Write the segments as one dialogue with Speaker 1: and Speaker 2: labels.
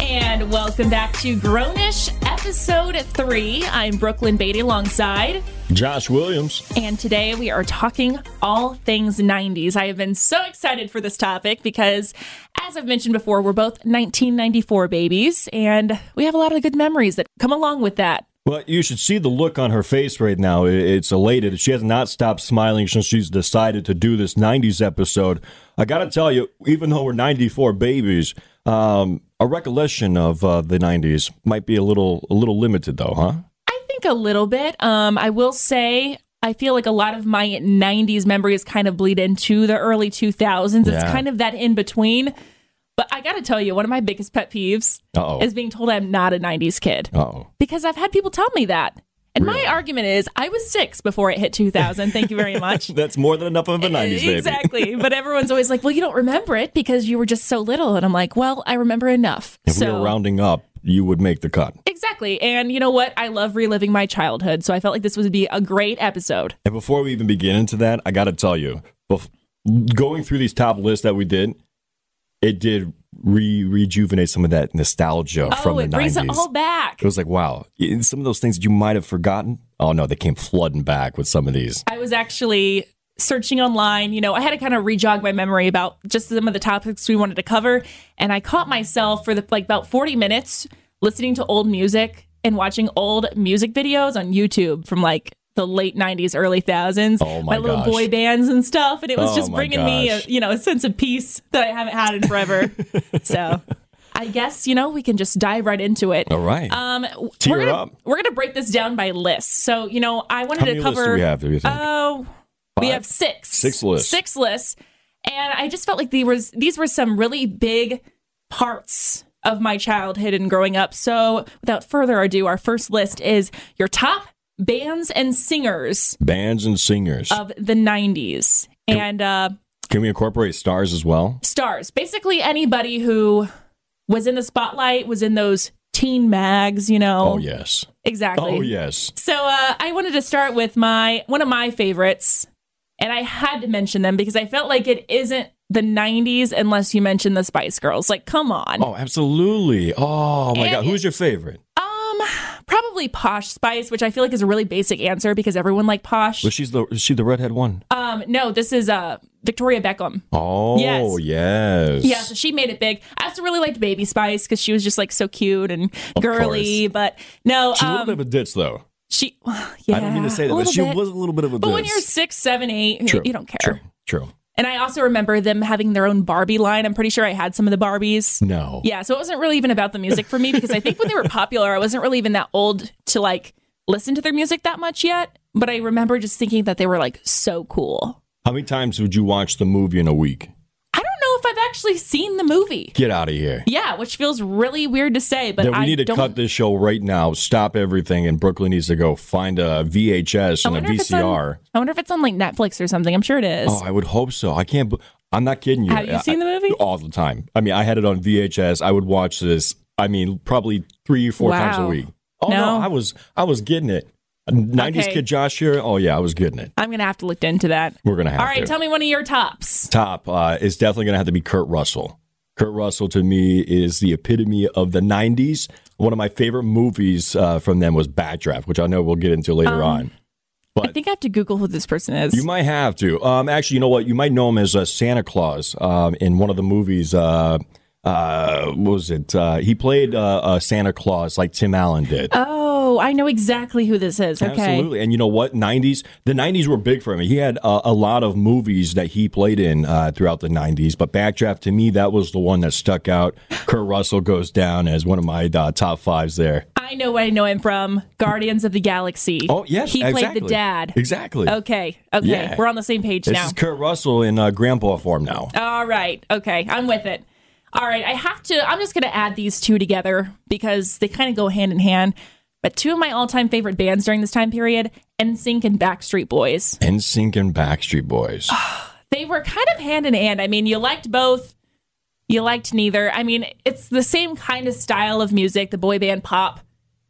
Speaker 1: and welcome back to Grownish episode three. I'm Brooklyn Beatty alongside
Speaker 2: Josh Williams.
Speaker 1: And today we are talking all things 90s. I have been so excited for this topic because, as I've mentioned before, we're both 1994 babies and we have a lot of good memories that come along with that.
Speaker 2: Well, you should see the look on her face right now. It's elated. She has not stopped smiling since she's decided to do this 90s episode. I got to tell you, even though we're 94 babies, um, a recollection of uh, the 90s might be a little a little limited though, huh?
Speaker 1: I think a little bit. Um, I will say I feel like a lot of my 90s memories kind of bleed into the early 2000s. It's
Speaker 2: Yeah.
Speaker 1: kind of that in between. But I got to tell you, one of my biggest pet peeves
Speaker 2: Uh-oh.
Speaker 1: is being told I'm not a 90s kid.
Speaker 2: Oh.
Speaker 1: because I've had people tell me that. And my argument is I was six before it hit 2000. Thank you very much.
Speaker 2: That's more than enough of a 90s baby.
Speaker 1: exactly. But everyone's always like, well, you don't remember it because you were just so little. And I'm like, well, I remember enough.
Speaker 2: If we
Speaker 1: so,
Speaker 2: were rounding up, you would make the cut.
Speaker 1: exactly. And you know what? I love reliving my childhood. So I felt like this would be a great episode.
Speaker 2: And before we even begin into that, I got to tell you, bef- going through these top lists that we did, it did re- rejuvenate some of that nostalgia from
Speaker 1: oh,
Speaker 2: the
Speaker 1: it
Speaker 2: 90s.
Speaker 1: brings it all back.
Speaker 2: It was like, wow, y- some of those things that you might have forgotten. Oh no, they came flooding back with some of these.
Speaker 1: I was actually searching online. You know, I had to kind of rejog my memory about just some of the topics we wanted to cover, and I caught myself for the like about forty minutes listening to old music and watching old music videos on YouTube from like the late 90s early thousands
Speaker 2: Oh, my
Speaker 1: little
Speaker 2: gosh.
Speaker 1: boy bands and stuff and it was
Speaker 2: Oh,
Speaker 1: just
Speaker 2: my
Speaker 1: bringing me a,
Speaker 2: gosh.
Speaker 1: you know a sense of peace that i haven't had in forever so i guess you know we can just dive right into it
Speaker 2: All right,
Speaker 1: um w-
Speaker 2: Oh. Tear
Speaker 1: we're gonna
Speaker 2: up.
Speaker 1: we're gonna break this down by lists so you know i wanted
Speaker 2: how
Speaker 1: to
Speaker 2: many
Speaker 1: cover
Speaker 2: lists do we have? Do you think?
Speaker 1: Oh, we
Speaker 2: Five?
Speaker 1: have six.
Speaker 2: Six lists.
Speaker 1: Six lists. And I just felt like these was these were some really big parts of my childhood and growing up. So without further ado, our first list is your top bands and singers
Speaker 2: Bands and singers.
Speaker 1: of the '90s and uh,
Speaker 2: Can we incorporate stars as well?
Speaker 1: stars. Basically, anybody who was in the spotlight was in those teen mags. You know,
Speaker 2: Oh yes.
Speaker 1: exactly.
Speaker 2: Oh yes.
Speaker 1: So uh, I wanted to start with my one of my favorites, and I had to mention them because I felt like it isn't the '90s unless you mention the Spice Girls. Like, come on.
Speaker 2: Oh, absolutely. Oh my
Speaker 1: And-
Speaker 2: God. Who's your favorite? Oh.
Speaker 1: Um, probably Posh Spice, which I feel like is a really basic answer because everyone liked Posh.
Speaker 2: Was she's the is she the redhead one?
Speaker 1: Um, no, this is uh Victoria Beckham.
Speaker 2: Oh
Speaker 1: Uh, Yes.
Speaker 2: yes.
Speaker 1: Yeah, so she made it big. I also really liked Baby Spice because she was just like so cute and girly. But no,
Speaker 2: She's a little
Speaker 1: um,
Speaker 2: bit of a ditz though.
Speaker 1: she. Yeah,
Speaker 2: I don't mean to say that,
Speaker 1: a
Speaker 2: but
Speaker 1: little
Speaker 2: she
Speaker 1: bit.
Speaker 2: was a little bit of a
Speaker 1: But
Speaker 2: ditz.
Speaker 1: when you're six, seven, eight, you-
Speaker 2: True,
Speaker 1: you don't care.
Speaker 2: True. True.
Speaker 1: And I also remember them having their own Barbie line. I'm pretty sure I had some of the Barbies.
Speaker 2: No.
Speaker 1: Yeah, so it wasn't really even about the music for me because I think when they were popular, I wasn't really even that old to like listen to their music that much yet. But I remember just thinking that they were like so cool.
Speaker 2: How many times would you watch the movie in a week?
Speaker 1: I don't know if I've actually seen the movie.
Speaker 2: Get out of here.
Speaker 1: Yeah, which feels really weird to say, but
Speaker 2: Then we
Speaker 1: I
Speaker 2: need to
Speaker 1: don't.
Speaker 2: cut this show right now. Stop everything, and Brooklyn needs to go find a VHS
Speaker 1: I
Speaker 2: and a
Speaker 1: wonder if it's on-
Speaker 2: VCR.
Speaker 1: I wonder if it's on like Netflix or something. I'm sure it is.
Speaker 2: Oh, I would hope so. I can't. bel- I'm not kidding you.
Speaker 1: Have you
Speaker 2: I-
Speaker 1: seen the movie?
Speaker 2: all the time? I mean, I had it on VHS. I would watch this. I mean, probably three, four times a
Speaker 1: Wow.
Speaker 2: week. Oh no.
Speaker 1: No.
Speaker 2: I was, I was getting it. '90s
Speaker 1: Okay.
Speaker 2: kid Josh here. Oh yeah, I was getting it.
Speaker 1: I'm gonna have to look into that.
Speaker 2: We're gonna have
Speaker 1: All right,
Speaker 2: to.
Speaker 1: tell me one of your tops.
Speaker 2: Top uh, is definitely gonna have to be Kurt Russell. Kurt Russell to me is the epitome of the '90s. One of my favorite movies uh, from them was Bad Draft, which I know we'll get into later on.
Speaker 1: I think I have to Google who this person is.
Speaker 2: You might have to. Um, actually, you know what? You might know him as uh, Santa Claus um, in one of the movies. Uh, uh, what was it? Uh, he played uh, uh, Santa Claus like Tim Allen did.
Speaker 1: Oh, I know exactly who this is. Okay.
Speaker 2: Absolutely. And you know what? 90s, the 90s were big for him. He had uh, a lot of movies that he played in uh, throughout the 90s, but Backdraft to me, that was the one that stuck out. Kurt Russell goes down as one of my uh, top fives there.
Speaker 1: I know where I know him from Guardians of the Galaxy.
Speaker 2: Oh, yes.
Speaker 1: He
Speaker 2: exactly.
Speaker 1: played the dad. Oh,
Speaker 2: Exactly.
Speaker 1: Okay. Okay.
Speaker 2: Yeah.
Speaker 1: We're on the same page
Speaker 2: This
Speaker 1: now.
Speaker 2: is Kurt Russell in uh, grandpa form now.
Speaker 1: All right. Okay. I'm with it. All right. I have to, I'm just going to add these two together because they kind of go hand in hand. But two of my all time favorite bands during this time period NSYNC and Backstreet Boys.
Speaker 2: NSYNC and Backstreet Boys.
Speaker 1: They were kind of hand in hand. I mean, you liked both. You liked neither. I mean, it's the same kind of style of music, the boy band pop.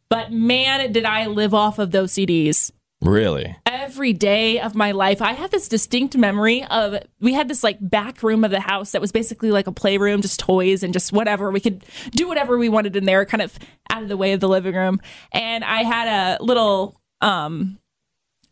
Speaker 1: But man, did I live off of those CDs.
Speaker 2: Really?
Speaker 1: every day of my life. I have this distinct memory of we had this like back room of the house that was basically like a playroom, just toys and just whatever. We could do whatever we wanted in there, kind of out of the way of the living room. And I had a little um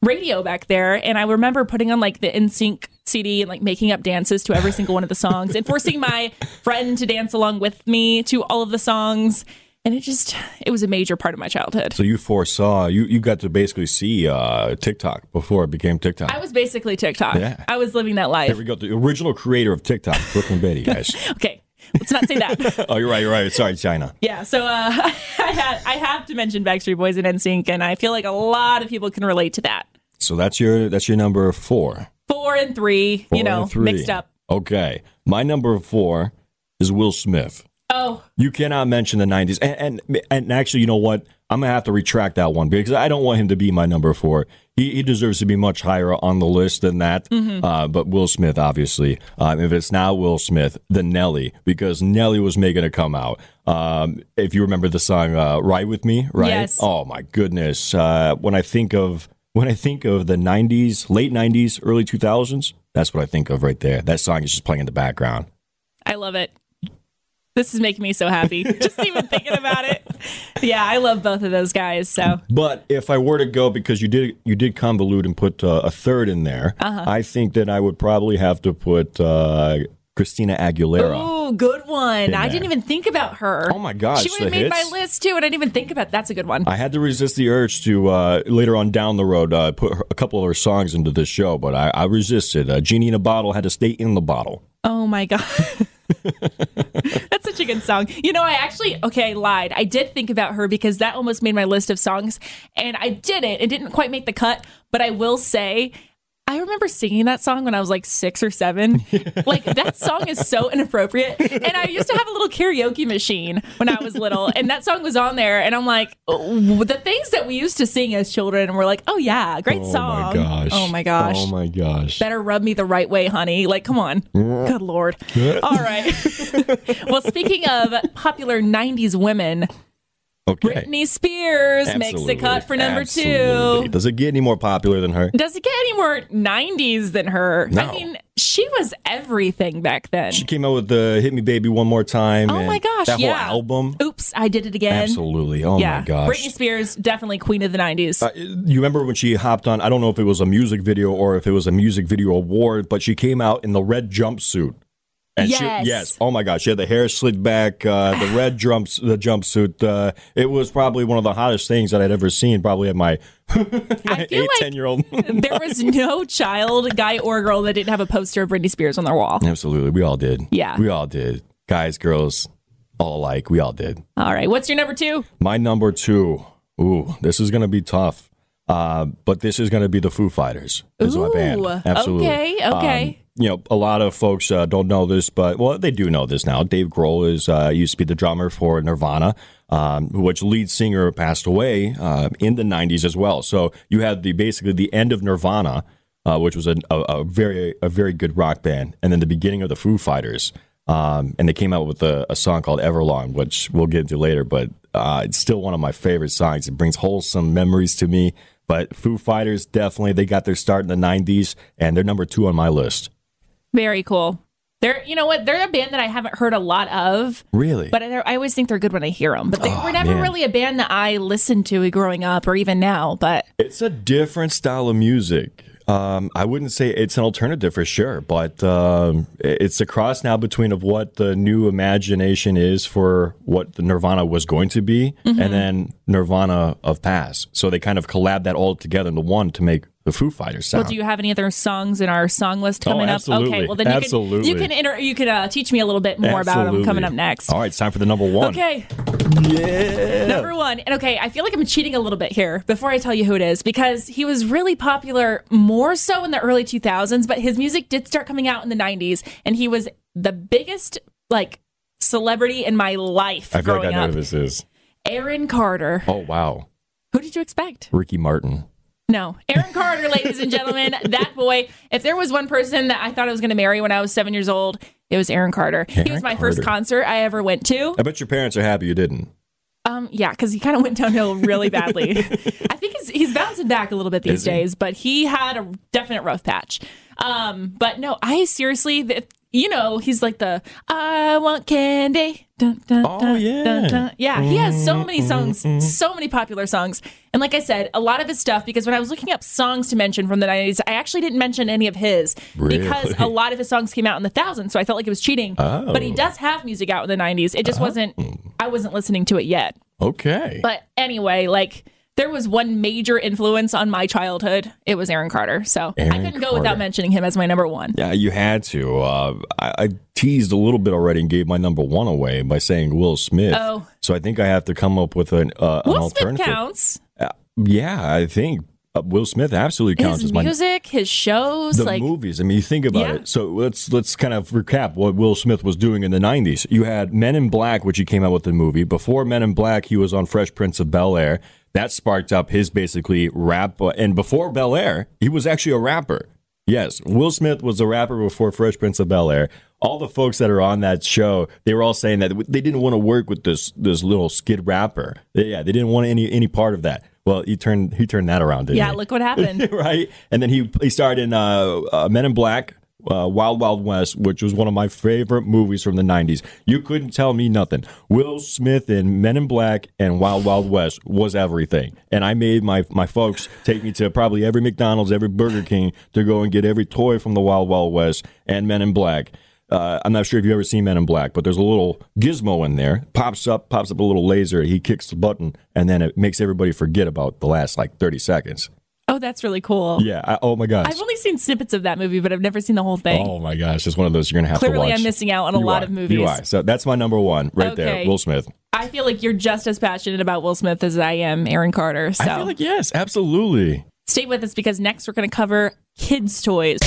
Speaker 1: radio back there and I remember putting on like the NSYNC CD and like making up dances to every single one of the songs and forcing my friend to dance along with me to all of the songs. And it just it was a major part of my childhood.
Speaker 2: So you foresaw you you got to basically see uh, TikTok before it became TikTok.
Speaker 1: I was basically TikTok.
Speaker 2: Yeah.
Speaker 1: I was living that life.
Speaker 2: Here we go. The original creator of TikTok, Brooklyn Betty, guys.
Speaker 1: Okay. Let's not say that.
Speaker 2: oh, you're right. You're right. Sorry, China.
Speaker 1: yeah. So uh, I, had, I have to mention Backstreet Boys and NSYNC, and I feel like a lot of people can relate to that.
Speaker 2: So that's your that's your number four.
Speaker 1: Four and three,
Speaker 2: Four
Speaker 1: you know,
Speaker 2: and three.
Speaker 1: mixed up.
Speaker 2: Okay, my number four is Will Smith.
Speaker 1: Oh,
Speaker 2: You cannot mention the '90s, and and, and actually, you know what? I'm gonna have to retract that one because I don't want him to be my number four. He, he deserves to be much higher on the list than that. Uh, but Will Smith, obviously, um, if it's not Will Smith, then Nelly, because Nelly was making a come out. Um, if you remember the song uh, "Ride with Me," right?
Speaker 1: Yes.
Speaker 2: Oh my goodness! Uh, when I think of when I think of the '90s, late '90s, early 2000s, that's what I think of right there. That song is just playing in the background.
Speaker 1: I love it. This is making me so happy. Just even thinking about it. Yeah, I love both of those guys. So
Speaker 2: But if I were to go, because you did you did convolute and put uh, a third in there, I think that I would probably have to put uh, Christina Aguilera.
Speaker 1: Oh, good one. I
Speaker 2: there.
Speaker 1: didn't even think about her.
Speaker 2: Oh my gosh,
Speaker 1: She would have
Speaker 2: the
Speaker 1: made
Speaker 2: hits.
Speaker 1: my list too, and I didn't even think about that's a good one.
Speaker 2: I had to resist the urge to uh, later on down the road uh, put her, a couple of her songs into this show, but I, I resisted. Uh, Genie in a Bottle had to stay in the bottle.
Speaker 1: Oh my god. That's such a good song. You know, I actually okay, I lied. I did think about her because that almost made my list of songs and I didn't. It didn't quite make the cut, but I will say I remember singing that song when I was like 6 or 7. like that song is so inappropriate. And I used to have a little karaoke machine when I was little and that song was on there and I'm like oh, the things that we used to sing as children and we're like, "Oh yeah, great song."
Speaker 2: Oh my gosh!
Speaker 1: Oh my gosh
Speaker 2: Oh my gosh!
Speaker 1: better rub me the right way, honey. Like, come on. Good lord. All right. well, speaking of popular 90s women,
Speaker 2: okay.
Speaker 1: Britney Spears makes the
Speaker 2: Absolutely.
Speaker 1: cut for number
Speaker 2: Absolutely.
Speaker 1: two.
Speaker 2: Does it get any more popular than her?
Speaker 1: Does it get any more 90s than her?
Speaker 2: No.
Speaker 1: I mean, she was everything back then.
Speaker 2: She came out with the "Hit Me, Baby" one more time.
Speaker 1: oh
Speaker 2: and
Speaker 1: my gosh.
Speaker 2: That
Speaker 1: yeah.
Speaker 2: whole album.
Speaker 1: Oops, I did it again.
Speaker 2: Absolutely. Oh
Speaker 1: Yeah.
Speaker 2: my gosh. Uh,
Speaker 1: Britney Spears, definitely queen of the 90s.
Speaker 2: you remember when she hopped on? I don't know if it was a music video or if it was a music video award, but she came out in the red jumpsuit. And
Speaker 1: Yes.
Speaker 2: She, yes. Oh my gosh. She had the hair slid back, uh, the red jumps, the jumpsuit. Uh, it was probably one of the hottest things that I'd ever seen. Probably at my, my
Speaker 1: feel
Speaker 2: eight,
Speaker 1: like-
Speaker 2: ten year old.
Speaker 1: there was no child, guy or girl, that didn't have a poster of Britney Spears on their wall.
Speaker 2: Absolutely, we all did.
Speaker 1: Yeah.
Speaker 2: we all did. Guys, girls, all alike. We all did.
Speaker 1: All right. What's your number two?
Speaker 2: My number two. Ooh, this is gonna be tough. Uh, but this is gonna be the Foo Fighters. Is my band.
Speaker 1: Ooh,
Speaker 2: Absolutely. Um,
Speaker 1: okay, okay.
Speaker 2: you know, a lot of folks uh, don't know this, but well, they do know this now. Dave Grohl is uh, used to be the drummer for Nirvana, um, which lead singer passed away uh, in the '90s as well. So you had the basically the end of Nirvana, uh, which was a, a, a very a very good rock band, and then the beginning of the Foo Fighters. Um, and they came out with a, a song called Everlong, which we'll get into later, but uh, it's still one of my favorite songs. It brings wholesome memories to me. But Foo Fighters definitely, they got their start in the 90s, and they're number two on my list.
Speaker 1: Very cool. They're, you know what? They're a band that I haven't heard a lot of,
Speaker 2: Really?
Speaker 1: but I I always think they're good when I hear them. But they were never
Speaker 2: Oh, man.
Speaker 1: really a band that I listened to growing up or even now. But
Speaker 2: it's a different style of music. Um, I wouldn't say it's an alternative for sure, but um, i- it's a cross now between of what the new imagination is for what the Nirvana was going to be,
Speaker 1: Mm-hmm.
Speaker 2: and then Nirvana of past. So they kind of collab that all together into one to make the Foo Fighters sound.
Speaker 1: well, do you have any other songs in our song list coming up?
Speaker 2: Oh, absolutely.
Speaker 1: Okay, well then you
Speaker 2: Absolutely.
Speaker 1: can you can inter- you can uh, teach me a little bit more about them coming
Speaker 2: Absolutely.
Speaker 1: up next.
Speaker 2: All right, it's time for the number one.
Speaker 1: Okay,
Speaker 2: Yeah.
Speaker 1: number one, and okay, I feel like I'm cheating a little bit here before I tell you who it is because he was really popular more so in the early 2000s, but his music did start coming out in the 90s, and he was the biggest like celebrity in my life
Speaker 2: I feel like
Speaker 1: growing
Speaker 2: I know
Speaker 1: up.
Speaker 2: who this is.
Speaker 1: Aaron Carter.
Speaker 2: Oh wow,
Speaker 1: Who did you expect?
Speaker 2: Ricky Martin.
Speaker 1: No, Aaron Carter, ladies and gentlemen, that boy. If there was one person that I thought I was going to marry when I was seven years old, it was Aaron Carter. he
Speaker 2: Aaron
Speaker 1: was my first
Speaker 2: Carter.
Speaker 1: concert I ever went to.
Speaker 2: I bet your parents are happy you didn't.
Speaker 1: Um, yeah, because he kind of went downhill really badly. I think he's, he's bouncing back a little bit these
Speaker 2: Is he?
Speaker 1: days, but he had a definite rough patch. Um, but no, I seriously, th- you know, he's like the I want candy. Dun, dun,
Speaker 2: Oh,
Speaker 1: dun,
Speaker 2: yeah. Mm-hmm.
Speaker 1: dun, dun. Yeah, he has so many songs, so many popular songs. And like I said, a lot of his stuff, because when I was looking up songs to mention from the 90s, I actually didn't mention any of his because a
Speaker 2: Really?
Speaker 1: lot of his songs came out in the thousands. So I felt like it was cheating. But
Speaker 2: Oh.
Speaker 1: he does have music out in the 90s. It just
Speaker 2: Uh-huh.
Speaker 1: wasn't,
Speaker 2: Hmm.
Speaker 1: I wasn't listening to it yet.
Speaker 2: Okay.
Speaker 1: But anyway, like there was one major influence on my childhood. It was Aaron Carter. So I
Speaker 2: Aaron
Speaker 1: couldn't go
Speaker 2: Carter.
Speaker 1: without mentioning him as my number one.
Speaker 2: Yeah, you had to. Uh, I, I teased a little bit already and gave my number one away by saying Will Smith.
Speaker 1: Oh.
Speaker 2: So I think I have to come up with an, uh, an
Speaker 1: Will Smith
Speaker 2: alternative.
Speaker 1: counts.
Speaker 2: Yeah, I think uh, Will Smith absolutely counts
Speaker 1: His
Speaker 2: as my
Speaker 1: music, his shows,
Speaker 2: the
Speaker 1: like
Speaker 2: movies. I mean, you think about
Speaker 1: Yeah.
Speaker 2: it. So let's let's kind of recap what Will Smith was doing in the '90s. You had Men in Black, which he came out with the movie. Before Men in Black, he was on Fresh Prince of Bel Air. That sparked up his basically rap. And before Bel Air, he was actually a rapper. Yes, Will Smith was a rapper before Fresh Prince of Bel Air. All the folks that are on that show, they were all saying that they didn't want to work with this this little skid rapper. Yeah, they didn't want any any part of that. Well, he turned he turned that around. Didn't
Speaker 1: yeah,
Speaker 2: he?
Speaker 1: look what happened.
Speaker 2: right? And then he he starred in uh, uh, Men in Black, uh, Wild Wild West, which was one of my favorite movies from the '90s. You couldn't tell me nothing. Will Smith in Men in Black and Wild Wild West was everything, and I made my my folks take me to probably every McDonald's, every Burger King to go and get every toy from the Wild Wild West and Men in Black. Uh, I'm not sure if you've ever seen Men in Black, but there's a little gizmo in there. Pops up, pops up a little laser. He kicks the button, and then it makes everybody forget about the last like 30 seconds.
Speaker 1: oh, that's really cool.
Speaker 2: Yeah. I, oh my gosh.
Speaker 1: I've only seen snippets of that movie, but I've never seen the whole thing.
Speaker 2: oh my gosh. It's one of those you're gonna have to
Speaker 1: Clearly,
Speaker 2: watch.
Speaker 1: I'm missing out on a
Speaker 2: You
Speaker 1: lot
Speaker 2: are.
Speaker 1: of movies.
Speaker 2: You are. So that's my number one right
Speaker 1: Okay.
Speaker 2: there. Will Smith.
Speaker 1: I feel like you're just as passionate about Will Smith as I am Aaron Carter. So
Speaker 2: I feel like yes, absolutely.
Speaker 1: stay with us because next we're going to cover kids' toys.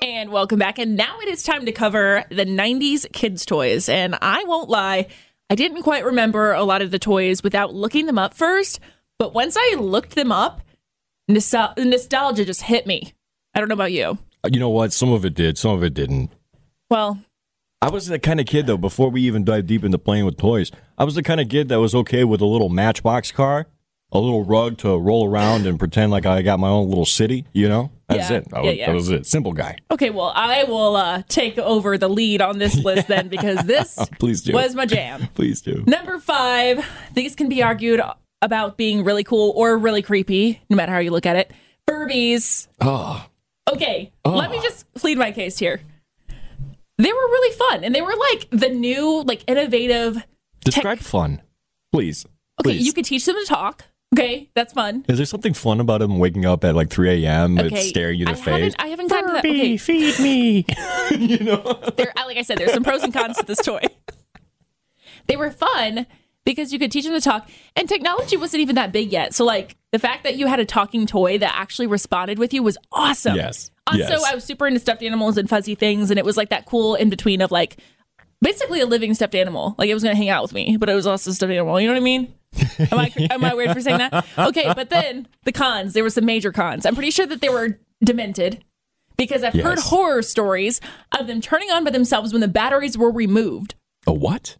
Speaker 1: And welcome back. And now it is time to cover the 90s kids' toys. And I won't lie, I didn't quite remember a lot of the toys without looking them up first. But once I looked them up, nostal- nostalgia just hit me. I don't know about you.
Speaker 2: Uh, You know what? Some of it did, some of it didn't.
Speaker 1: Well,
Speaker 2: I was the kind of kid though, before we even dive deep into playing with toys, I was the kind of kid that was okay with a little matchbox car, a little rug to roll around and pretend like I got my own little city, you know? That's
Speaker 1: Yeah.
Speaker 2: it. I
Speaker 1: Yeah,
Speaker 2: was,
Speaker 1: yeah.
Speaker 2: That was it. Simple guy.
Speaker 1: okay, well, I will uh, take over the lead on this list then because this
Speaker 2: Please do.
Speaker 1: was my jam.
Speaker 2: Please do.
Speaker 1: Number five, these can be argued about being really cool or really creepy, no matter how you look at it. Furbies.
Speaker 2: Oh.
Speaker 1: Okay, let me just plead my case here. They were really fun, and they were like the new, like innovative.
Speaker 2: Describe fun. Please.
Speaker 1: Okay,
Speaker 2: Please.
Speaker 1: you could teach them to talk. Okay, that's fun.
Speaker 2: Is there something fun about him waking up at like 3 a.m. and
Speaker 1: Okay,
Speaker 2: staring you in
Speaker 1: I
Speaker 2: the face?
Speaker 1: Haven't, I haven't gotten to that. Okay,
Speaker 2: feed me.
Speaker 1: there, I- like I said, there's some pros and cons to this toy. They were fun because you could teach them to talk, and technology wasn't even that big yet. So, like, the fact that you had a talking toy that actually responded with you was awesome.
Speaker 2: Yes,
Speaker 1: Also,
Speaker 2: yes.
Speaker 1: I was super into stuffed animals and fuzzy things, and it was like that cool in between of like basically a living stuffed animal. Like, it was going to hang out with me, but it was also a stuffed animal. You know what I mean? Am I, am I weird for saying that? Okay, but then the cons. There were some major cons. I'm pretty sure that they were demented because I've heard
Speaker 2: Yes.
Speaker 1: horror stories of them turning on by themselves when the batteries were removed.
Speaker 2: A what?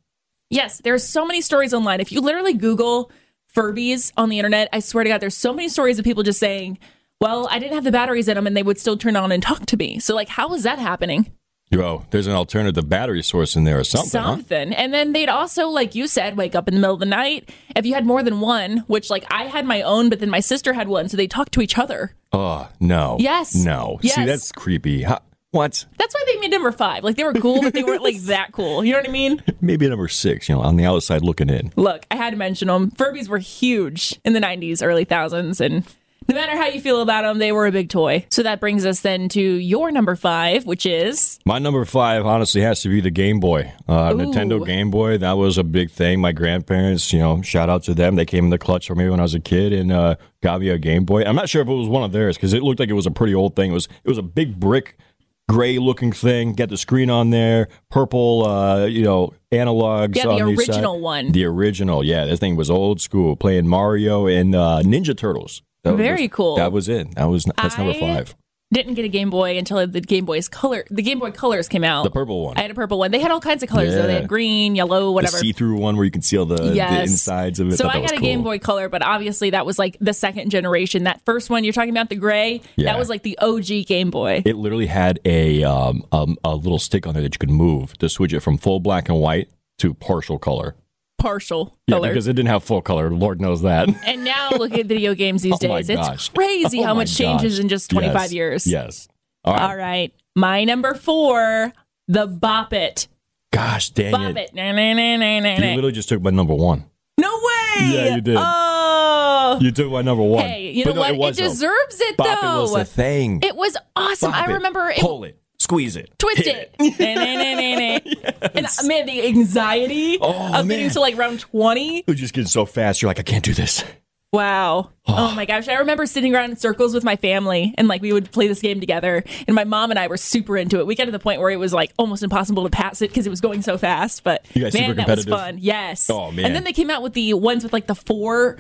Speaker 1: Yes, there's so many stories online. If you literally Google Furbies on the internet, I swear to God, there's so many stories of people just saying, "Well, I didn't have the batteries in them, and they would still turn on and talk to me." So, like, how is that happening?
Speaker 2: Yo, there's an alternative battery source in there or something, huh?
Speaker 1: Something. And then they'd also, like you said, wake up in the middle of the night. If you had more than one, which like I had my own, but then my sister had one, so they talked to each other.
Speaker 2: Oh, no.
Speaker 1: Yes.
Speaker 2: No.
Speaker 1: Yes.
Speaker 2: See, that's creepy. Huh? What?
Speaker 1: That's why they made number five. Like they were cool, but they weren't like that cool. You know what I mean?
Speaker 2: Maybe number six, you know, on the outside looking in.
Speaker 1: Look, I had to mention them. Furbies were huge in the 90s, early 1000s, and no matter how you feel about them, they were a big toy. So that brings us then to your number five, which is
Speaker 2: My number five, honestly, has to be the Game Boy. Uh, Nintendo Game Boy, that was a big thing. My grandparents, you know, shout out to them. They came in the clutch for me when I was a kid and uh, got me a Game Boy. I'm not sure if it was one of theirs because it looked like it was a pretty old thing. It was it was a big brick gray looking thing. Got the screen on there, purple, uh, you know, analogs.
Speaker 1: Yeah, the
Speaker 2: on each side.
Speaker 1: original one.
Speaker 2: The original, yeah. This thing was old school, playing Mario and uh, Ninja Turtles. That was-
Speaker 1: Very cool.
Speaker 2: That was it. That was that's number
Speaker 1: I-
Speaker 2: five.
Speaker 1: Didn't get a Game Boy until the Game Boy's color, the Game Boy colors came out.
Speaker 2: The purple one,
Speaker 1: I had a purple one. They had all kinds of colors though. They
Speaker 2: Yeah.
Speaker 1: had green, yellow,
Speaker 2: the
Speaker 1: whatever.
Speaker 2: see-through one where you can see all the, the
Speaker 1: Yes.
Speaker 2: insides of it.
Speaker 1: So
Speaker 2: Thought
Speaker 1: I
Speaker 2: that was
Speaker 1: got a
Speaker 2: cool.
Speaker 1: Game Boy Color, but obviously that was like the second generation. That first one you're talking about, the gray,
Speaker 2: Yeah.
Speaker 1: that was like the OG Game Boy.
Speaker 2: It literally had a um, um a little stick on there that you could move to switch it from full black and white to partial color.
Speaker 1: Partial
Speaker 2: Yeah,
Speaker 1: color.
Speaker 2: because it didn't have full color. Lord knows that.
Speaker 1: and now look at video games these
Speaker 2: Oh my
Speaker 1: days. It's
Speaker 2: gosh.
Speaker 1: crazy
Speaker 2: Oh
Speaker 1: how
Speaker 2: my
Speaker 1: much changes
Speaker 2: gosh.
Speaker 1: in just 25
Speaker 2: Yes.
Speaker 1: years.
Speaker 2: Yes. All right.
Speaker 1: All right. My number four, the Bop It.
Speaker 2: Gosh dang
Speaker 1: Bop
Speaker 2: it!
Speaker 1: It. Na, na, na, na, na,
Speaker 2: You
Speaker 1: na.
Speaker 2: literally just took my number one.
Speaker 1: No way.
Speaker 2: Yeah, you did.
Speaker 1: Oh.
Speaker 2: You took my number one.
Speaker 1: Hey, you
Speaker 2: But
Speaker 1: know what?
Speaker 2: no, It, was, though.
Speaker 1: deserves it,
Speaker 2: Bop
Speaker 1: though.
Speaker 2: it was the thing.
Speaker 1: It was awesome.
Speaker 2: Bop
Speaker 1: I remember it
Speaker 2: Pull it. Squeeze it.
Speaker 1: twist
Speaker 2: hit
Speaker 1: it. Nah, nah, nah, nah, nah. And man, the anxiety
Speaker 2: Oh,
Speaker 1: of getting
Speaker 2: man.
Speaker 1: to like round 20.
Speaker 2: It was just getting so fast. You're like, I can't do this.
Speaker 1: Wow. Oh my gosh. I remember sitting around in circles with my family and like we would play this game together. And my mom and I were super into it. We got to the point where it was like almost impossible to pass it because it was going so fast. But
Speaker 2: You guys
Speaker 1: man,
Speaker 2: super
Speaker 1: that was
Speaker 2: competitive?
Speaker 1: fun. Yes.
Speaker 2: Oh, man.
Speaker 1: And then they came out with the ones with like the four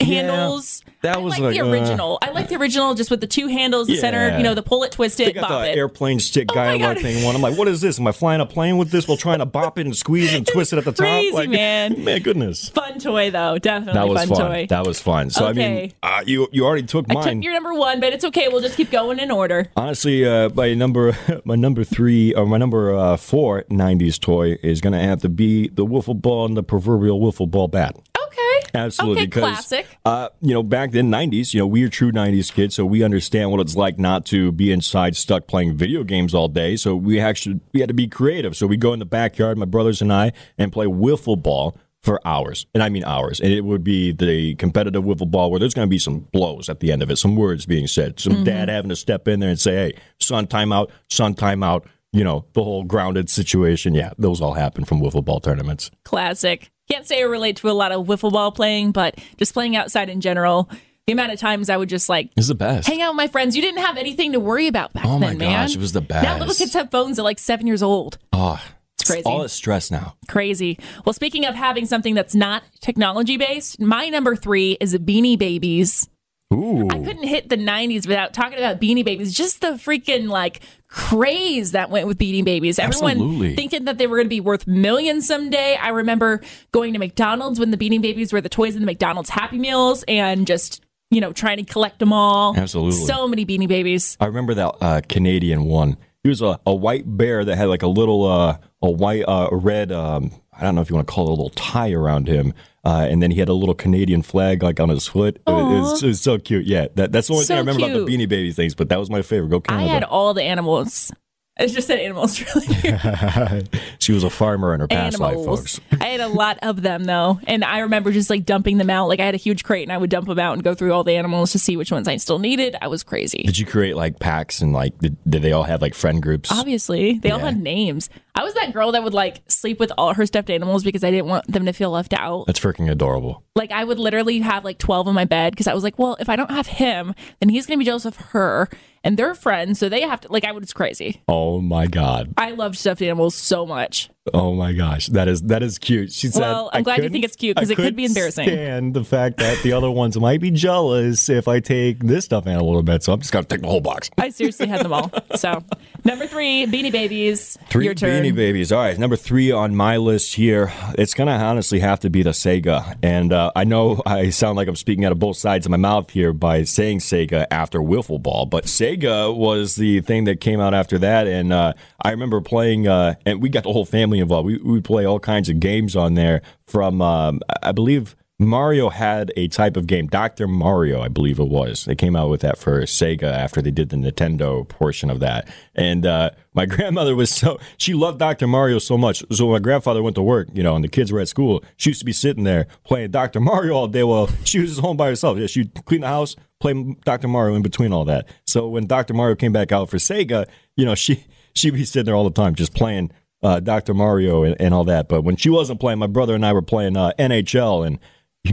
Speaker 1: handles.
Speaker 2: That
Speaker 1: I
Speaker 2: was
Speaker 1: like
Speaker 2: like,
Speaker 1: the
Speaker 2: uh,
Speaker 1: original. I like the original just with the two handles, the center,
Speaker 2: Yeah.
Speaker 1: you know, the pull it, twist
Speaker 2: They
Speaker 1: it,
Speaker 2: got
Speaker 1: bop
Speaker 2: the
Speaker 1: it. Oh
Speaker 2: airplane stick guy
Speaker 1: my
Speaker 2: on
Speaker 1: God.
Speaker 2: that thing one. I'm like, what is this? Am I flying a plane with this while trying to bop it and squeeze and twist it at the top?
Speaker 1: Crazy,
Speaker 2: like,
Speaker 1: man.
Speaker 2: Man, goodness.
Speaker 1: fun toy though. Definitely
Speaker 2: That was
Speaker 1: fun,
Speaker 2: fun.
Speaker 1: toy.
Speaker 2: That was fun. So I mean,
Speaker 1: Okay.
Speaker 2: uh, you you already took
Speaker 1: I
Speaker 2: mine.
Speaker 1: took your number one, but it's okay. We'll just keep going in order.
Speaker 2: Honestly, uh, my number my number three or my number uh, four '90s toy is gonna have to be the wiffle ball and the proverbial wiffle ball bat.
Speaker 1: Okay.
Speaker 2: Absolutely,
Speaker 1: Okay,
Speaker 2: 'cause,
Speaker 1: classic.
Speaker 2: Uh, you know, back then '90s. You know, we are true '90s kids, so we understand what it's like not to be inside stuck playing video games all day. So we actually we had to be creative. So we go in the backyard, my brothers and I, and play wiffle ball for hours, and I mean hours. And it would be the competitive wiffle ball where there's going to be some blows at the end of it, some words being said,
Speaker 1: Mm-hmm.
Speaker 2: some dad having to step in there and say, "Hey, son, timeout, son, timeout." You know, the whole grounded situation. Yeah, those all happen from wiffle ball tournaments.
Speaker 1: Classic. Can't say I relate to a lot of wiffle ball playing, but just playing outside in general, the amount of times I would just like
Speaker 2: It's the best.
Speaker 1: hang out with my friends. You didn't have anything to worry about back
Speaker 2: Oh my
Speaker 1: then, man.
Speaker 2: gosh, it was the
Speaker 1: Now little
Speaker 2: best.
Speaker 1: kids have phones at like seven years old.
Speaker 2: Oh,
Speaker 1: It's crazy.
Speaker 2: all is stress now.
Speaker 1: Crazy. Well, speaking of having something that's not technology based, my number three is Beanie Babies.
Speaker 2: Ooh.
Speaker 1: I couldn't hit the 90s without talking about Beanie Babies. Just the freaking like craze that went with Beanie Babies. Everyone
Speaker 2: Absolutely.
Speaker 1: thinking that they were going to be worth millions someday. I remember going to McDonald's when the Beanie Babies were the toys in the McDonald's Happy Meals and just, you know, trying to collect them all.
Speaker 2: Absolutely.
Speaker 1: So many Beanie Babies.
Speaker 2: I remember that uh, Canadian one. He was a, a white bear that had like a little uh, a white uh, red um, I don't know if you want to call it a little tie around him, uh, and then he had a little Canadian flag like on his foot. It, was, it was so cute. Yeah, that, that's the only
Speaker 1: So
Speaker 2: thing I remember about the
Speaker 1: cute.
Speaker 2: Beanie Baby things. But that was my favorite. Go
Speaker 1: I
Speaker 2: Canada.
Speaker 1: had all the animals. I just said animals really.
Speaker 2: she was a farmer in her past life,
Speaker 1: animals.
Speaker 2: folks.
Speaker 1: I had a lot of them though. And I remember just like dumping them out. Like I had a huge crate and I would dump them out and go through all the animals to see which ones I still needed. I was crazy.
Speaker 2: Did you create like packs and like did, did they all have like friend groups?
Speaker 1: Obviously, they all had names. I was that girl that would like sleep with all her stuffed animals because I didn't want them to feel left out.
Speaker 2: That's freaking adorable.
Speaker 1: Like I would literally have like 12 in my bed because I was like, well, if I don't have him, then he's going to be jealous of her and they're friends, so they have to like I was crazy.
Speaker 2: Oh my god.
Speaker 1: I love stuffed animals so much.
Speaker 2: Oh my gosh, that is that is cute. She said,
Speaker 1: Well, I'm
Speaker 2: "I
Speaker 1: glad you
Speaker 2: couldn't-
Speaker 1: think it's cute, 'cause
Speaker 2: I
Speaker 1: it could be
Speaker 2: couldn't
Speaker 1: embarrassing."
Speaker 2: Stand the fact that the other ones might be jealous if I take this stuffed animal to bed, so I'm just gonna take the whole box.
Speaker 1: I seriously had them all. So, number 3, Beanie Babies.
Speaker 2: Three
Speaker 1: your turn.
Speaker 2: Beanie Babies. All right, number three on my list here. It's gonna honestly have to be the Sega, and uh, I know I sound like I'm speaking out of both sides of my mouth here by saying Sega after Wiffle Ball, but Sega was the thing that came out after that, and uh, I remember playing, uh, and we got the whole family involved. We we would play all kinds of games on there, from um, I- I believe. Mario had a type of game, Dr. Mario, I believe it was. They came out with that for Sega after they did the Nintendo portion of that. And uh, my grandmother was so, she loved Dr. Mario so much. So when my grandfather went to work, you know, and the kids were at school, she used to be sitting there playing Dr. Mario all day while she was home by herself. Yeah, she'd clean the house, play Dr. Mario in between all that. So when Dr. Mario came back out for Sega, you know, she, she'd be sitting there all the time just playing uh, Dr. Mario and, and all that. But when she wasn't playing, my brother and I were playing uh, NHL and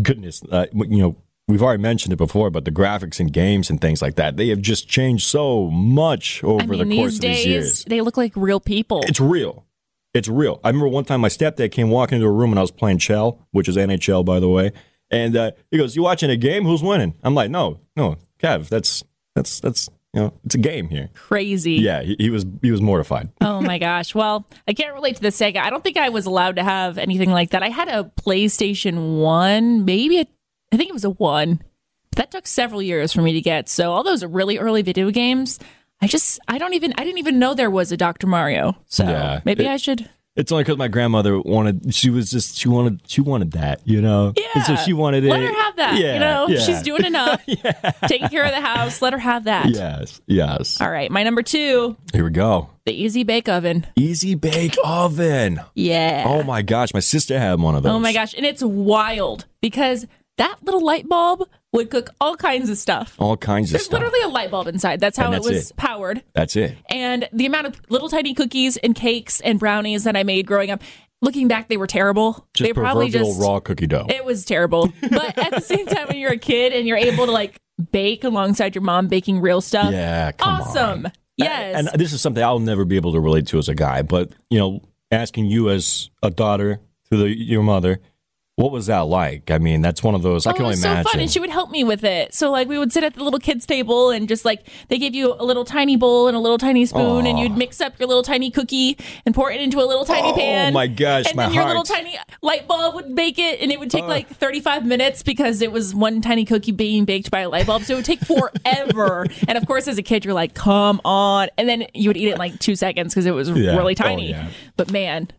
Speaker 2: goodness, uh, you know, we've already mentioned it before, but the graphics and games and things like that, they have just changed so much over
Speaker 1: I mean,
Speaker 2: the course
Speaker 1: these days
Speaker 2: of these years.
Speaker 1: they look like real people.
Speaker 2: It's real. It's real. I remember one time my stepdad came walking into a room and I was playing Chell, which is NHL, by the way. And uh, he goes, "You watching a game? Who's winning?" I'm like, "No, no, Kev, that's that's that's you know, it's a game here."
Speaker 1: Crazy.
Speaker 2: Yeah, he, he was he was mortified.
Speaker 1: oh my gosh. Well, I can't relate to the Sega. I don't think I was allowed to have anything like that. I had a PlayStation 1, maybe a, I think it was a 1. But that took several years for me to get. So all those really early video games, I just I don't even I didn't even know there was a Dr. Mario. So
Speaker 2: Yeah.
Speaker 1: maybe
Speaker 2: It-
Speaker 1: I should
Speaker 2: It's only because my grandmother wanted. She was just she wanted she wanted that, you know.
Speaker 1: Yeah.
Speaker 2: And so she wanted it.
Speaker 1: Let her have that.
Speaker 2: Yeah,
Speaker 1: you know,
Speaker 2: yeah.
Speaker 1: she's doing enough. Taking care of the house, let her have that.
Speaker 2: Yes. Yes.
Speaker 1: All right, my number 2,
Speaker 2: Here we go.
Speaker 1: the easy bake oven.
Speaker 2: Easy bake oven.
Speaker 1: Yeah.
Speaker 2: Oh my gosh, my sister had one of those.
Speaker 1: Oh my gosh. And it's wild because that little light bulb would cook all kinds of stuff.
Speaker 2: All kinds of
Speaker 1: There's
Speaker 2: stuff.
Speaker 1: literally a light bulb inside. That's how
Speaker 2: And
Speaker 1: it
Speaker 2: that's
Speaker 1: was
Speaker 2: it.
Speaker 1: powered.
Speaker 2: That's it.
Speaker 1: And the amount of little tiny cookies and cakes and brownies that I made growing up, looking back, they were terrible.
Speaker 2: Just
Speaker 1: they were probably
Speaker 2: proverbial
Speaker 1: just
Speaker 2: raw cookie dough.
Speaker 1: it was terrible. But at the same time, when you're a kid and you're able to like bake alongside your mom baking real stuff,
Speaker 2: yeah, come on.
Speaker 1: awesome. Yes.
Speaker 2: And this is something I'll never be able to relate to as a guy, but you know, asking you as a daughter to the, your mother, what was that like? I mean, that's one of those I can
Speaker 1: Oh, it
Speaker 2: only
Speaker 1: was
Speaker 2: imagine.
Speaker 1: so fun, and she would help me with it. So like we would sit at the little kids' table, and just like they give you a little tiny bowl and a little tiny spoon, and you'd mix up your little tiny cookie and pour it into a little tiny
Speaker 2: Oh,
Speaker 1: pan.
Speaker 2: my gosh,
Speaker 1: And
Speaker 2: my
Speaker 1: then your little
Speaker 2: heart.
Speaker 1: tiny light bulb would bake it, and it would take like thirty five minutes because it was one tiny cookie being baked by a light bulb, so it would take forever. and of course, as a kid, you're like, "Come on!" And then you would eat it in like two seconds because it was
Speaker 2: Yeah.
Speaker 1: really
Speaker 2: Oh,
Speaker 1: tiny.
Speaker 2: yeah. Uh-huh.
Speaker 1: But man,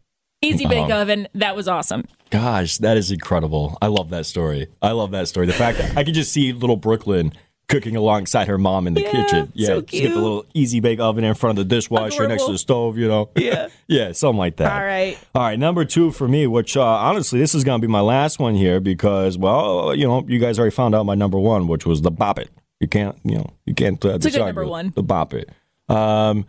Speaker 1: easy bake
Speaker 2: Wow.
Speaker 1: oven, that was awesome.
Speaker 2: Gosh, that is incredible. I love that story. I love that story. The fact that I could just see little Brooklyn cooking alongside her mom in the kitchen. Yeah,
Speaker 1: so
Speaker 2: she's got the
Speaker 1: cute.
Speaker 2: little easy bake oven in front of the dishwasher next to
Speaker 1: Adorable.
Speaker 2: the stove, you know.
Speaker 1: Yeah.
Speaker 2: yeah, something like that.
Speaker 1: All right.
Speaker 2: All right, number 2 for me, which uh, honestly this is going to be my last one here because well, you know, you guys already found out my number 1, which was the Bop It. You can't, you know, you can't uh,
Speaker 1: a good
Speaker 2: disagree
Speaker 1: number
Speaker 2: with
Speaker 1: one.
Speaker 2: The Bop It. Um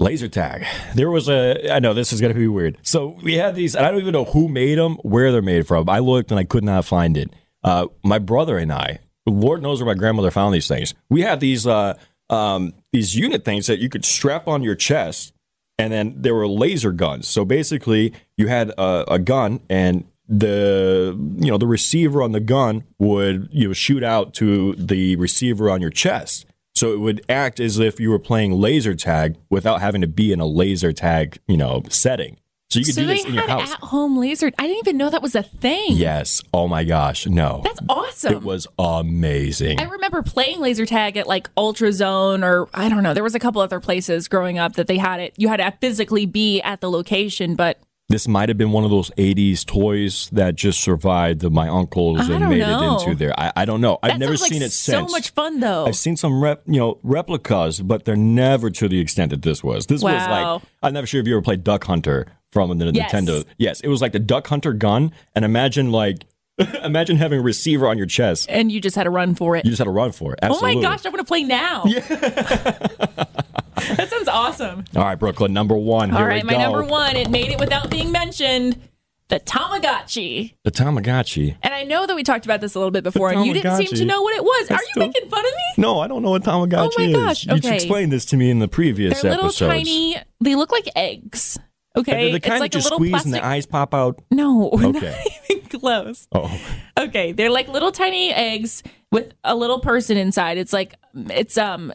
Speaker 2: Laser tag. There was a. I know this is going to be weird. So we had these, and I don't even know who made them, where they're made from. I looked and I could not find it. Uh, my brother and I, Lord knows where my grandmother found these things. We had these uh, um, these unit things that you could strap on your chest, and then there were laser guns. So basically, you had a, a gun, and the you know the receiver on the gun would you know shoot out to the receiver on your chest. So it would act as if you were playing laser tag without having to be in a laser tag, you know, setting. So you could
Speaker 1: so
Speaker 2: do
Speaker 1: they
Speaker 2: this in your
Speaker 1: had
Speaker 2: house.
Speaker 1: at-home laser. I didn't even know that was a thing.
Speaker 2: yes. Oh my gosh. No.
Speaker 1: that's awesome.
Speaker 2: it was amazing.
Speaker 1: I remember playing laser tag at like Ultra Zone or I don't know. There was a couple other places growing up that they had it. You had to physically be at the location, but
Speaker 2: this might have been one of those 80s toys that just survived the- my uncles
Speaker 1: I
Speaker 2: and
Speaker 1: don't
Speaker 2: made
Speaker 1: know.
Speaker 2: it into there. I, I don't know. I've
Speaker 1: that
Speaker 2: never
Speaker 1: sounds like
Speaker 2: seen it
Speaker 1: so
Speaker 2: since.
Speaker 1: much fun though.
Speaker 2: I've seen some rep, you know, replicas, but they're never to the extent that this was. This was
Speaker 1: Wow.
Speaker 2: like I'm never sure if you ever played Duck Hunter from the
Speaker 1: Yes.
Speaker 2: Nintendo. Yes, it was like the Duck Hunter gun, and imagine like imagine having a receiver on your chest.
Speaker 1: and you just had to run for it.
Speaker 2: You just had to run for it.
Speaker 1: oh my
Speaker 2: Absolutely.
Speaker 1: gosh, I want to play now. that sounds awesome.
Speaker 2: All right, Brooklyn, number one. Here
Speaker 1: All right,
Speaker 2: we
Speaker 1: my
Speaker 2: go.
Speaker 1: number one, it made it without being mentioned. The Tamagotchi.
Speaker 2: The Tamagotchi.
Speaker 1: And I know that we talked about this a little bit before, and you didn't seem to
Speaker 2: Tamagotchi.
Speaker 1: know what it was. Are
Speaker 2: That's
Speaker 1: you
Speaker 2: still-
Speaker 1: making fun of me?
Speaker 2: No, I don't know what Tamagotchi
Speaker 1: Oh my gosh,
Speaker 2: is. You
Speaker 1: okay.
Speaker 2: explained this to me in the previous
Speaker 1: They're little
Speaker 2: episodes.
Speaker 1: tiny. They look like eggs.
Speaker 2: And
Speaker 1: Okay,
Speaker 2: they're the kind
Speaker 1: it's
Speaker 2: that
Speaker 1: like a
Speaker 2: just
Speaker 1: little
Speaker 2: squeeze
Speaker 1: plastic.
Speaker 2: and the eyes pop out.
Speaker 1: no, we're
Speaker 2: Okay.
Speaker 1: not even close.
Speaker 2: Oh,
Speaker 1: Okay, they're like little tiny eggs with a little person inside. It's like it's um,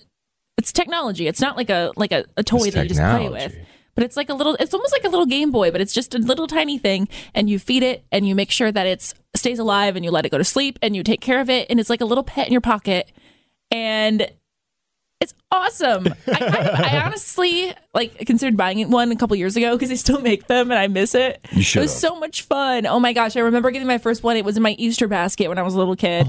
Speaker 1: it's technology. It's not like a like a, a toy
Speaker 2: It's
Speaker 1: that you just play
Speaker 2: technology.
Speaker 1: with. But it's like a little. It's almost like a little Game Boy, but it's just a little tiny thing, and you feed it, and you make sure that it's stays alive, and you let it go to sleep, and you take care of it, and it's like a little pet in your pocket, and it's awesome. I, kind of, I honestly like considered buying one a couple years ago because they still make them, and I miss it.
Speaker 2: You should
Speaker 1: It was
Speaker 2: have.
Speaker 1: so much fun. Oh my gosh, I remember getting my first one. It was in my Easter basket when I was a little kid,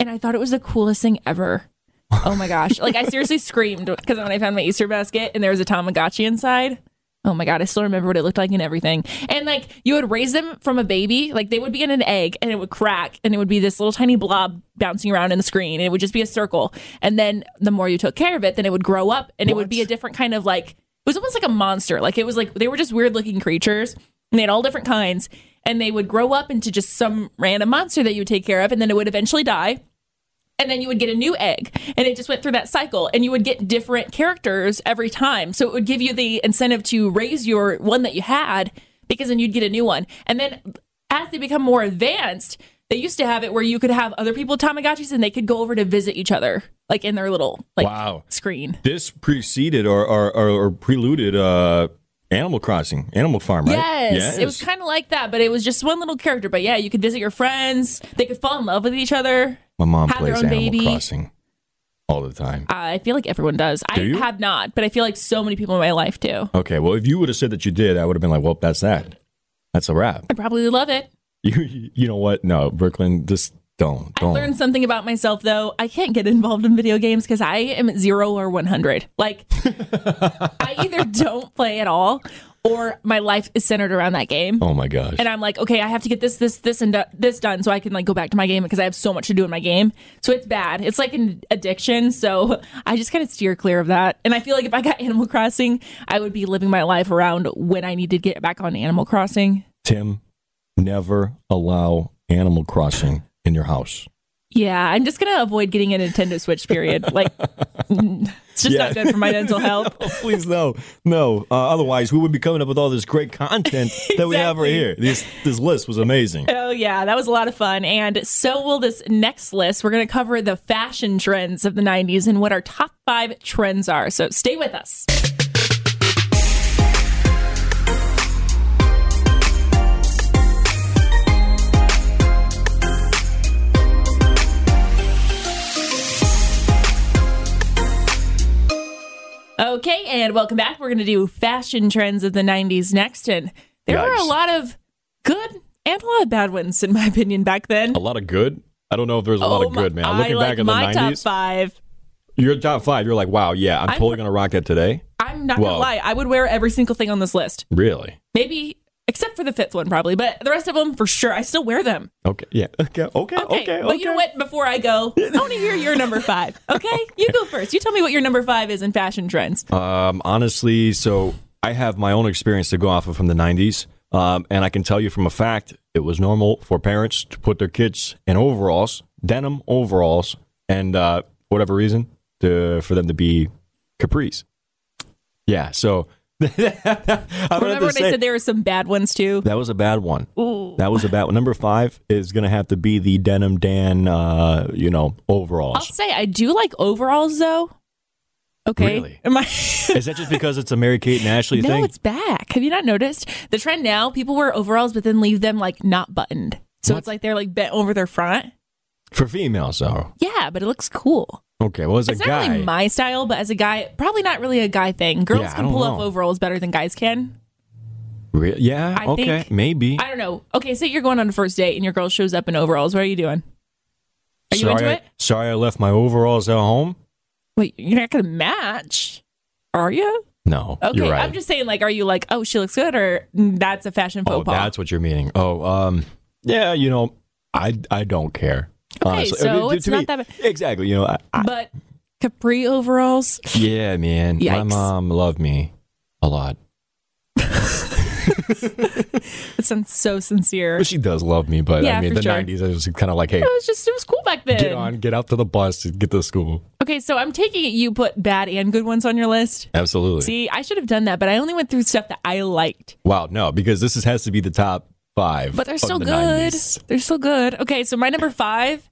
Speaker 1: and I thought it was the coolest thing ever. Oh my gosh! Like I seriously screamed because when I found my Easter basket and there was a Tamagotchi inside. Oh my god, I still remember what it looked like and everything. And like you would raise them from a baby, like they would be in an egg and it would crack and it would be this little tiny blob bouncing around in the screen and it would just be a circle. And then the more you took care of it, then it would grow up and it would be a different kind of like it was almost like a monster. Like it was like they were just weird looking creatures and they had all different kinds. and they would grow up into just some random monster that you would take care of, and then it would eventually die. And then you would get a new egg, and it just went through that cycle. And you would get different characters every time, so it would give you the incentive to raise your one that you had because then you'd get a new one. And then as they become more advanced, they used to have it where you could have other people with Tamagotchis and they could go over to visit each other, like in their little like
Speaker 2: Wow.
Speaker 1: screen.
Speaker 2: This preceded or or, or, or preluded uh, Animal Crossing, Animal Farm, right?
Speaker 1: Yes, it was kind of like that, but it was just one little character. But yeah, you could visit your friends. They could fall in love with each other.
Speaker 2: My mom
Speaker 1: had their
Speaker 2: plays
Speaker 1: own
Speaker 2: Animal
Speaker 1: baby.
Speaker 2: Crossing all the time.
Speaker 1: I feel like everyone does. I
Speaker 2: you?
Speaker 1: have not, but I feel like so many people in my life do.
Speaker 2: Okay, well, if you would have said that you did, I would have been like, well, that's that. That's a wrap.
Speaker 1: I probably love it.
Speaker 2: You, you know what? No, Brooklyn, just don't.
Speaker 1: I
Speaker 2: don't.
Speaker 1: learned something about myself though. I can't get involved in video games because I am at zero or 100. Like, I either don't play at all or my life is centered around that game.
Speaker 2: oh my gosh.
Speaker 1: and I'm like, okay, I have to get this, this, this, and do- this done so I can like go back to my game because I have so much to do in my game. So it's bad. It's like an addiction. So I just kind of steer clear of that. And I feel like if I got Animal Crossing, I would be living my life around when I need to get back on Animal Crossing.
Speaker 2: Tim, never allow Animal Crossing in your house.
Speaker 1: Yeah, I'm just gonna avoid getting a Nintendo Switch. Period. Like, it's just not good for my mental health.
Speaker 2: Oh, please, no. No. Uh, otherwise, we would be coming up with all this great content that we have right
Speaker 1: Exactly.
Speaker 2: here. This, this list was amazing.
Speaker 1: Oh, yeah, that was a lot of fun. And so will this next list. We're going to cover the fashion trends of the 90s and what our top five trends are. So stay with us. Okay, and welcome back. We're going to do fashion trends of the 90s next. And there were a
Speaker 2: Yikes.
Speaker 1: lot of good and a lot of bad ones, in my opinion, back then. Um,
Speaker 2: A lot of good. I don't know if there's a lot of good, man. Looking
Speaker 1: Oh, like
Speaker 2: back at the
Speaker 1: my top
Speaker 2: 90s,
Speaker 1: five.
Speaker 2: your top five, you're like, wow, yeah, I'm, totally going to rock that today.
Speaker 1: I'm not
Speaker 2: Whoa.
Speaker 1: gonna lie. I would wear every single thing on this list.
Speaker 2: Really?
Speaker 1: Maybe except for the fifth one, probably, but the rest of them for sure. I still wear them.
Speaker 2: Okay. Yeah. Okay. Okay. Okay. okay.
Speaker 1: but you know what? Before I go, I want to hear your number five. Okay, you go first. You tell me what your number five is in fashion trends.
Speaker 2: Um, honestly, so I have my own experience to go off of from the 90s. Um, and I can tell you from a fact, it was normal for parents to put their kids in overalls, denim overalls, and uh, whatever reason, to, for them to be capris. Yeah. So I would have to
Speaker 1: Remember when I
Speaker 2: say-
Speaker 1: said there were some bad ones too?
Speaker 2: that was a bad one. That was a bad one. Number five is going to have to be the Denim Dan, uh, you know,
Speaker 1: I'll
Speaker 2: overalls.
Speaker 1: say I do like overalls though. Okay,
Speaker 2: Really?
Speaker 1: am I?
Speaker 2: Is that just because it's a Mary Kate and Ashley
Speaker 1: no,
Speaker 2: thing?
Speaker 1: it's back. Have you not noticed the trend now? People wear overalls, but then leave them like not buttoned, so
Speaker 2: What?
Speaker 1: it's like they're like bent over their front.
Speaker 2: For females, though.
Speaker 1: Yeah, but it looks cool.
Speaker 2: Okay, well, as a
Speaker 1: It's not
Speaker 2: guy,
Speaker 1: really my style, but as a guy, probably not really a guy thing. Girls
Speaker 2: Yeah, I
Speaker 1: can
Speaker 2: don't
Speaker 1: pull off
Speaker 2: know.
Speaker 1: overalls better than guys can.
Speaker 2: Re- yeah,
Speaker 1: I
Speaker 2: okay,
Speaker 1: think-
Speaker 2: maybe.
Speaker 1: I don't know. Okay, say you're going on a first date and your girl shows up in overalls. What are you doing? Are you
Speaker 2: sorry,
Speaker 1: into
Speaker 2: I,
Speaker 1: it?
Speaker 2: Sorry, I left my overalls at home.
Speaker 1: Wait, you're not going to match, are you?
Speaker 2: No,
Speaker 1: Okay,
Speaker 2: you're right.
Speaker 1: I'm just saying, like, are you like, oh, she looks good, or "Mm, that's a fashion faux
Speaker 2: oh,
Speaker 1: pas?
Speaker 2: that's what you're meaning. Oh, um, yeah, you know, I I don't care.
Speaker 1: Okay,
Speaker 2: honestly.
Speaker 1: so
Speaker 2: Uh, to
Speaker 1: it's not
Speaker 2: me-
Speaker 1: that
Speaker 2: Exactly, you know. I, I,
Speaker 1: But capri overalls,
Speaker 2: yeah, man. My
Speaker 1: Yikes.
Speaker 2: mom loved me a lot.
Speaker 1: that sounds so sincere.
Speaker 2: But she does love me. But
Speaker 1: Yeah,
Speaker 2: I mean,
Speaker 1: for
Speaker 2: the
Speaker 1: sure.
Speaker 2: '90s, I was kind of like, hey,
Speaker 1: It was just, it was cool back then.
Speaker 2: get on, get out to the bus, and get to school.
Speaker 1: Okay, so I'm taking it you put bad and good ones on your list.
Speaker 2: Absolutely.
Speaker 1: See, I should have done that, but I only went through stuff that I liked.
Speaker 2: Wow, no, because this is, has to be the top five.
Speaker 1: But they're
Speaker 2: of
Speaker 1: still
Speaker 2: the
Speaker 1: good.
Speaker 2: 90s.
Speaker 1: They're still good. Okay, so my number five